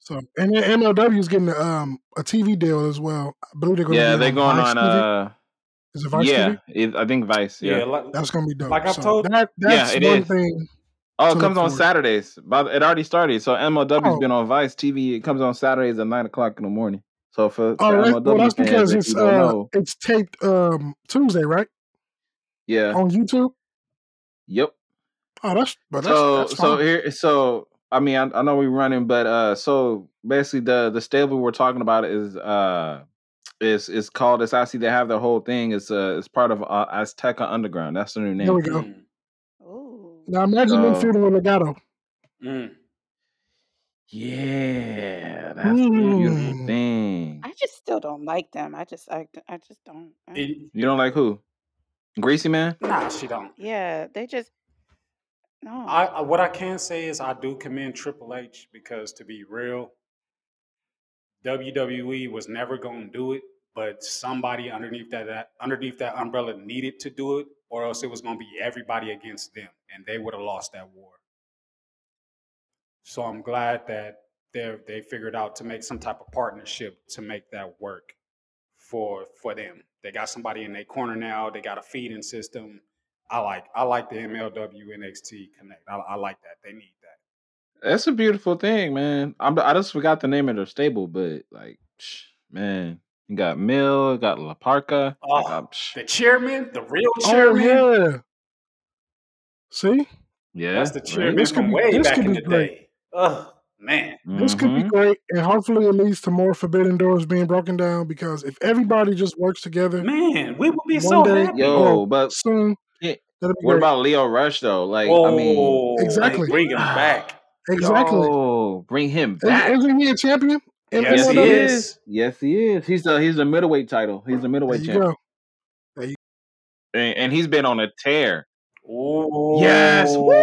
So and then MLW is getting um a TV deal as well. I believe they're going to Yeah, be they're on going Vice on. TV. Uh, Is it Vice yeah, TV? it, I think Vice. Yeah, Yeah, like, That's going to be dope. like I've So told that yeah, that's it one is. thing Oh, to it look comes on forward. to. Saturdays. But it already started. So MLW's Oh been on Vice TV. It comes on Saturdays at nine o'clock in the morning. So for for oh that, well MLW that's fans, because if it's you don't uh know, it's taped um Tuesday right yeah, on YouTube. yep. Oh that's but that's So that's so fine. here so I mean I, I know we're running, but uh so basically the the stable we're talking about is uh is is called it's actually they have their whole thing. It's uh it's part of uh, Azteca Underground. That's the new There name. we go. Mm, Ooh. Now imagine them So feuding with Legato. mm, yeah, that's the beautiful Mm. thing. I just still don't like them. I just I, I just don't. I don't- it- You don't like who? Greasy man? nah, she don't. yeah, they just I, no. [laughs] I what I can say is I do commend Triple H because to be real, WWE was never going to do it, but somebody underneath that, that underneath that umbrella needed to do it, or else it was going to be everybody against them, and they would have lost that war. So I'm glad that they they figured out to make some type of partnership to make that work for for them. They got somebody in their corner now. They got a feeding system. I like I like the MLW NXT Connect. I, I like that. They need that. That's a beautiful thing, man. I'm, I just forgot the name of their stable, but like, psh, man, you got Mill, you got La Parca, I Oh, got, psh, the chairman, the real Oh chairman. yeah. See, That's yeah, the right. chairman this could from be way this back could in be the great. day. Oh man. This could be Mm-hmm. great, and hopefully it leads to more forbidden doors being broken down. Because if everybody just works together, Man, we would be one so day, happy. well, Yo, but soon, can't- that'll be what great. about Leo Rush though? Like, I mean, Oh, they Exactly, [sighs] bring him back. exactly. yo, bring him Is, back. isn't he a champion in Yes, Yes, he he MLW? is. is. Yes, he is. He's the he's the middleweight title. He's the There middleweight you champion, go. There you- and, and he's been on a tear. Yes, woo,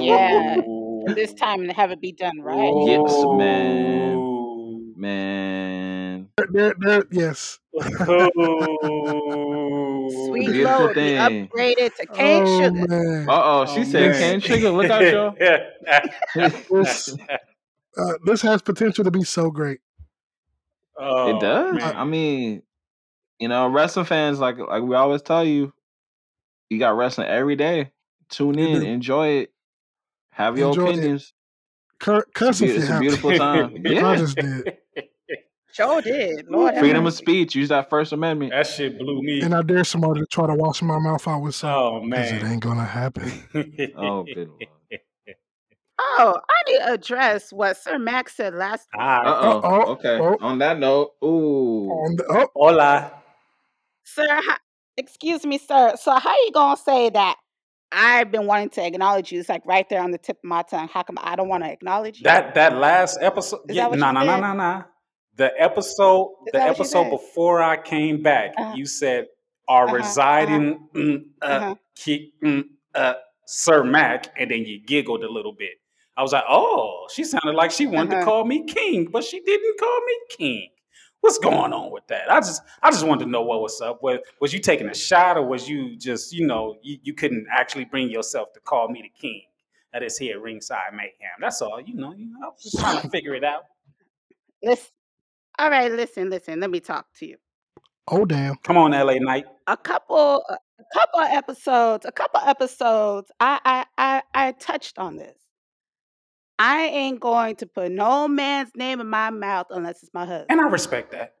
Yeah, and Oh. this time and have it be done right. yes, man, Oh. man. there- there- yes. [laughs] Oh. Sweet Beautiful Low would be thing. upgraded to cane Oh sugar. man, Uh oh, Oh she said this cane man. sugar. Look out, [laughs] y'all. [laughs] this uh, this has potential to be so great. it oh does. Uh, man. I mean, you know, wrestling fans like like we always tell you, you got wrestling every day. Tune you in, do enjoy it, have your enjoy it. opinions. Cur- It's a Cuss be- if you it's a have to. beautiful time. I Yeah, just did, Sure did. Lord have freedom of mercy. speech. Use that First [laughs] Amendment. that shit blew me. and I dare somebody to try to wash my mouth out with soap Oh because it man. [laughs] ain't gonna happen. [laughs] Oh, good lord. Oh, I need to address what Sir Max said last week. Hi. Uh Uh oh. oh. Okay. Oh, On that note, ooh, on the, oh, Hola. Sir, how, excuse me, sir. So how you gonna say that I've been wanting to acknowledge you? It's like right there on the tip of my tongue. How come I don't want to acknowledge you? That that last episode, Is yeah, that what nah, you nah, nah, said? nah, nah. The episode, Is that the what you episode said? before I came back, Uh you said are huh. Uh huh. residing mm, Uh uh, huh. ki, mm, uh, Sir Mac, and then you giggled a little bit. I was like, oh, she sounded like she Uh wanted to huh. call me King, but she didn't call me King. What's going on with that? I just, I just wanted to know what was up. Was, was you taking a shot, or was you just, you know, you, you couldn't actually bring yourself to call me the King? that is here at ringside mayhem. That's all. You know, you know, I was just trying to figure it out. Listen. All right. Listen. Listen. Let me talk to you. oh damn. Come on, LA Knight. a couple a couple episodes a couple episodes I, I i i touched on this i ain't going to put no man's name in my mouth unless it's my husband And I respect that.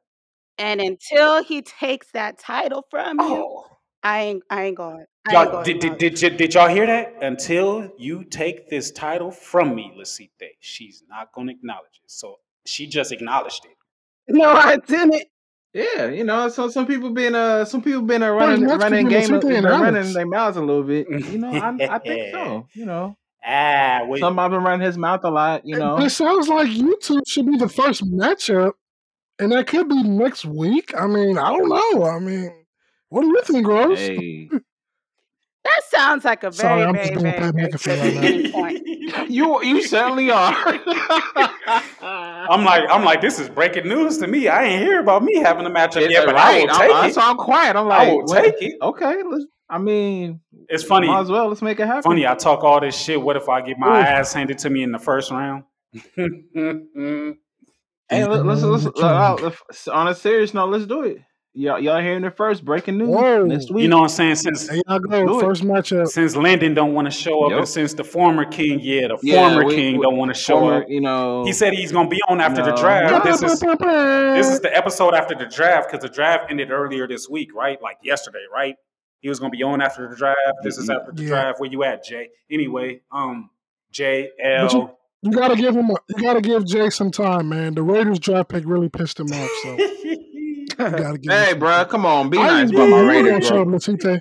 and until he takes that title from you Oh. I ain't I ain't going. I ain't Y'all, going did, did, March. did, y- did y'all hear that? Until you take this title from me, Lasite, she's not going to acknowledge it. So she just acknowledged it. No, I didn't. Yeah, you know, so some people been uh some people been uh, Where's running Mexican running game uh, Lucite been and running Alex? their mouths a little bit. You know, I I think so. You know, ah, wait. [laughs] some of them running his mouth a lot. You It, but it know, sounds like you two should be the first matchup, and that could be next week. I mean, I don't know. I mean, what do you think, Rose? hey, That sounds like a Sorry, very, I'm just very, doing very, Pat very McAfee good right now. beginning [laughs] [laughs] point. you you [laughs] certainly [laughs] are. I'm like, I'm like, this is breaking news to me. I ain't hear about me having a matchup It, yet, uh, but I will right, I'm, take I, it. so I'm quiet. I'm I like, will what? take it. Okay, let's. I mean, It's might funny. as well. Let's make it happen. Funny, I talk all this shit. What if I get my Oof. ass handed to me in the first round? [laughs] Hey, Deep in let, the let's room [laughs] let's with let- uh, King. let's- on a serious note, let's do it. Y'all, y'all hearing it first? Breaking news next Whoa. you week. know what I'm saying? Since There y'all Let's go. do it. First matchup. since Landon don't want to show up, Yep. and since the former king, yeah, the Yeah, former we, king we don't want to show former, up. you He know, said he's gonna be on you after the know, draft. Ba, This ba, is ba, this ba. is the episode after the draft because the draft ended earlier this week, right? Like yesterday, right? He was gonna be on after the draft. This is y- after the Yeah. draft. Where you at, Jay? Anyway, um, J But you L. [laughs] you gotta give him a, you gotta give Jay some time, man. The Raiders draft pick really pissed him off, so you y- [laughs] gotta give him hey, some bruh, time. come on, be I nice just about bet my you were Raiders, gonna bro. show up, Latite.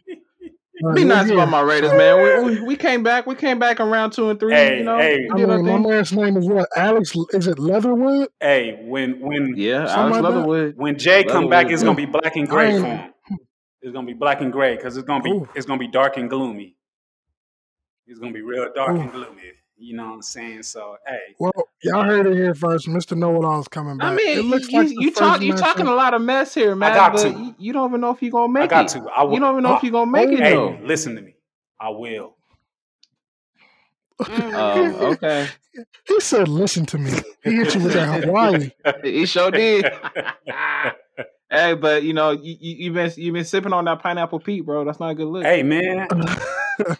But Be we're nice about here, my Raiders, so man. We, we we came back. We came back in round two and three. You hey, know, hey, we I did our mean, my thing. man's name is what? Alex? Is it Leatherwood? hey. When when Yeah, Alex Something like that. Leatherwood. when Jay come back, Leatherwood, it's Yeah, yep. gonna be black and I gray for ain't. him. It's gonna be black and gray because it's gonna be Oof, it's gonna be dark and gloomy. It's gonna be real dark and oof. gloomy. You know what I'm saying? So hey, Well, y'all heard it here first. Mister Know It All is coming I back. mean, It looks you like the you first talk you talking matchup. a lot of mess here, I man. got But to. you, you don't even know if you're gonna I make got it. to. I You will. don't [laughs] even know if Ah, you're gonna make it hey, Oh, though. listen to me. I will. Uh, [laughs] Oh, Mm. okay. he said, "Listen to me." He hit you with that [laughs] Hawaii. he sure did. [laughs] hey, but you know, you, you, you been you been sipping on that pineapple peat, bro. That's not a good look. hey man,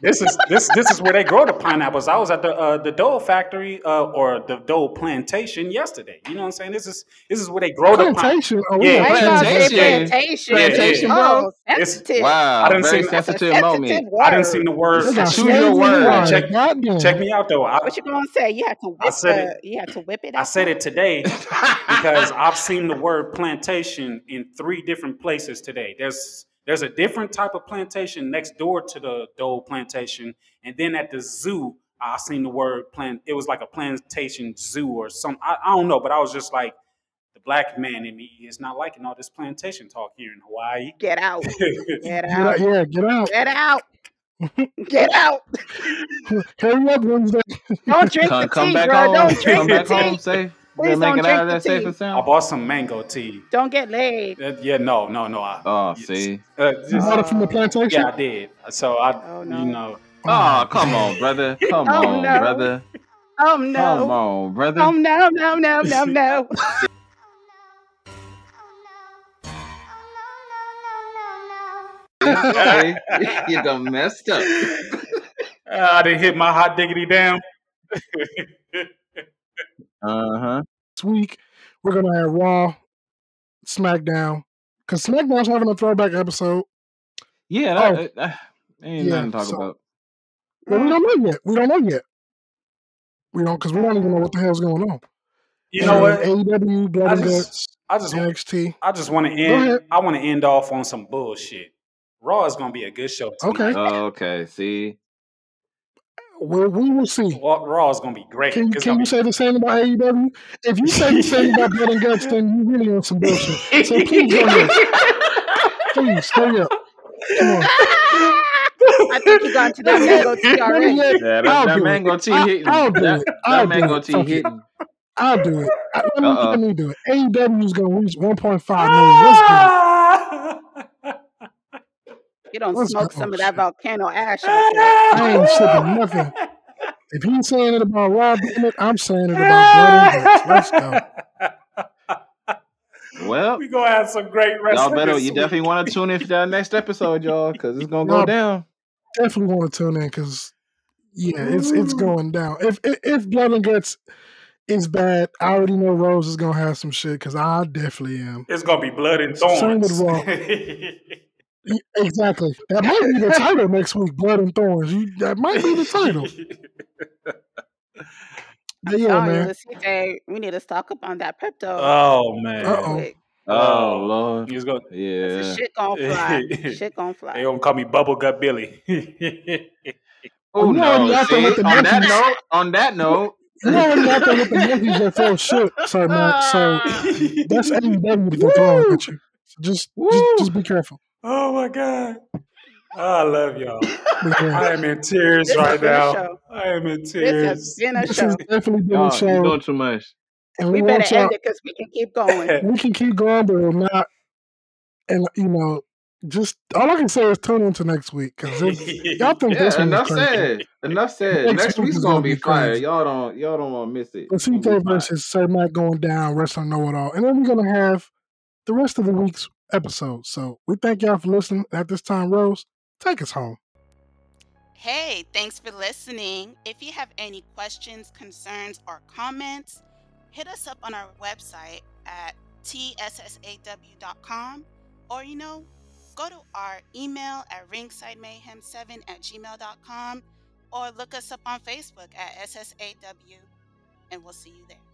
this is this this is where they grow the pineapples. I was at the uh, the Dole factory uh, or the Dole plantation yesterday. You know what I'm saying? This is this is where they grow the pine. plantation. Oh, we Yeah, at Why y'all plantation. say yeah, Plantation, plantation? yeah, yeah. plantation, bro. Oh, It's sensitive. I Wow, didn't very see That's a sensitive sensitive moment. I didn't see word. the They word got Choose sensitive. your slaves in Hey, words. check Hawaii. Goddamn. check me out though. I, What you gonna say? You had to I whip said it. the you had to whip it I out said there? it [laughs] today because I've seen the word plantation in three different places today. There's there's a different type of plantation next door to the Dole plantation, and then at the zoo, I seen the word plant. It was like a plantation zoo or some. I, I don't know, but I was just like, the black man in me is not liking all this plantation talk here in Hawaii. Get out. [laughs] Get Get out. out. Yeah, get out. Get out. Get out. Hurry up, Wednesday. Uh, Don't drink the come come tea, back bro. home. Don't drink Come the back home tea. safe. Better Please make don't it out drink of the there safe and tea. I sound. bought some mango tea. Don't get laid. Uh, yeah, no, no, no. I Oh, yes, see. uh, You [laughs] just bought it from the Oh. plantation? yeah, I did. So I, Oh you no. know. [laughs] Oh Oh, come damn. on, brother. Come Oh on, no. brother. Oh Come no. on, Oh brother. no no no [laughs] no no. See, see, [laughs] you I done messed up. didn't hit my hot diggity down. [laughs] Uh huh. This week we're gonna have Raw, SmackDown, because SmackDown's having a throwback episode. Yeah, that Oh uh, uh, ain't yeah, nothing to talk so about. well we Mm. don't know yet. We don't know yet. We don't because we don't even know what the Oh. hell's going on. E you know And what? AEW, Blood I and just, Guts, I just, NXT. I just want to Go ahead. end. I want to end off on some bullshit. Raw is gonna be a good show Okay. tonight. Okay, see. Well, we will see. Wa- Raw is gonna be great. Can you It's can gonna you be. say the same about AEW? If you say the same about Blood and Guts, then you really on some bullshit. [laughs] So please hurry up. Please hurry up. Come on. I think you got to that mango tea None of already. yet. Yeah, that, I'll that do it. mango tea I, hitting. I'll do That it. that I'll do mango it. tea Fuck it. [laughs] hitting. I'll do it. I, let me let Uh oh. me do it. AEW is gonna reach 1.5 million. Let's get it. You don't Let's go. smoke Oh, some of that shit. Ah, volcano ash out there. I ain't slipping nothing. If he's saying it about Raw, damn it, I'm saying it about Blood and Guts. Let's go. Well, [laughs] we gonna have some great y'all wrestling better. this You definitely week. want to tune in for that next episode, y'all, because it's gonna go Y'all down. definitely want to tune in because yeah, it's it's going down. If, if if Blood and Guts is bad, I already know Rose is gonna have some shit because I definitely am. It's gonna be blood and Same with thorns. Raw. Exactly. That might be the title next week. Blood and thorns. You, that might be the [laughs] title. But yeah, Telling you, man. Lucite, we need to stock up on that Pepto oh man. Uh oh. quick. Oh lord. He's gonna Cause the Yeah. shit gonna [laughs] fly. Shit gonna fly. they gonna call me Bubblegut Billy. [laughs] Well, Oh you already no. out there See, with the on that monkeys. note, on that note. You already out there with the monkeys that throw shit, sir, Matt. So Ah. [laughs] that's AEW that they're throwing Woo! at you. So just, just, Woo! just be careful. oh my god. I love y'all. But yeah, I am in tears This has right been a now. show. I am in This has tears. been a this has show. definitely been a Y'all, you show, doing too much. and we We better want y'all. end it because we can keep going. We can keep going, but we're not. And you know, just all I can say is tune into next week because [laughs] y'all think this one Yeah, is enough crazy. said. Enough said. Next Next week week's is gonna gonna be be fire. crazy. Y'all don't y'all don't wanna miss it. It's gonna be Lucite fire. versus Sir Matt going down, wrestling know it all, and then we're gonna have the rest of the week's episode. So we thank y'all for listening. At this time, Rose, take us home. Hey, thanks for listening. If you have any questions, concerns, or comments, hit us up on our website at tssaw.com or, you know, go to our email at ringsidemayhem7 at gmail.com or look us up on Facebook at SSAW and we'll see you there.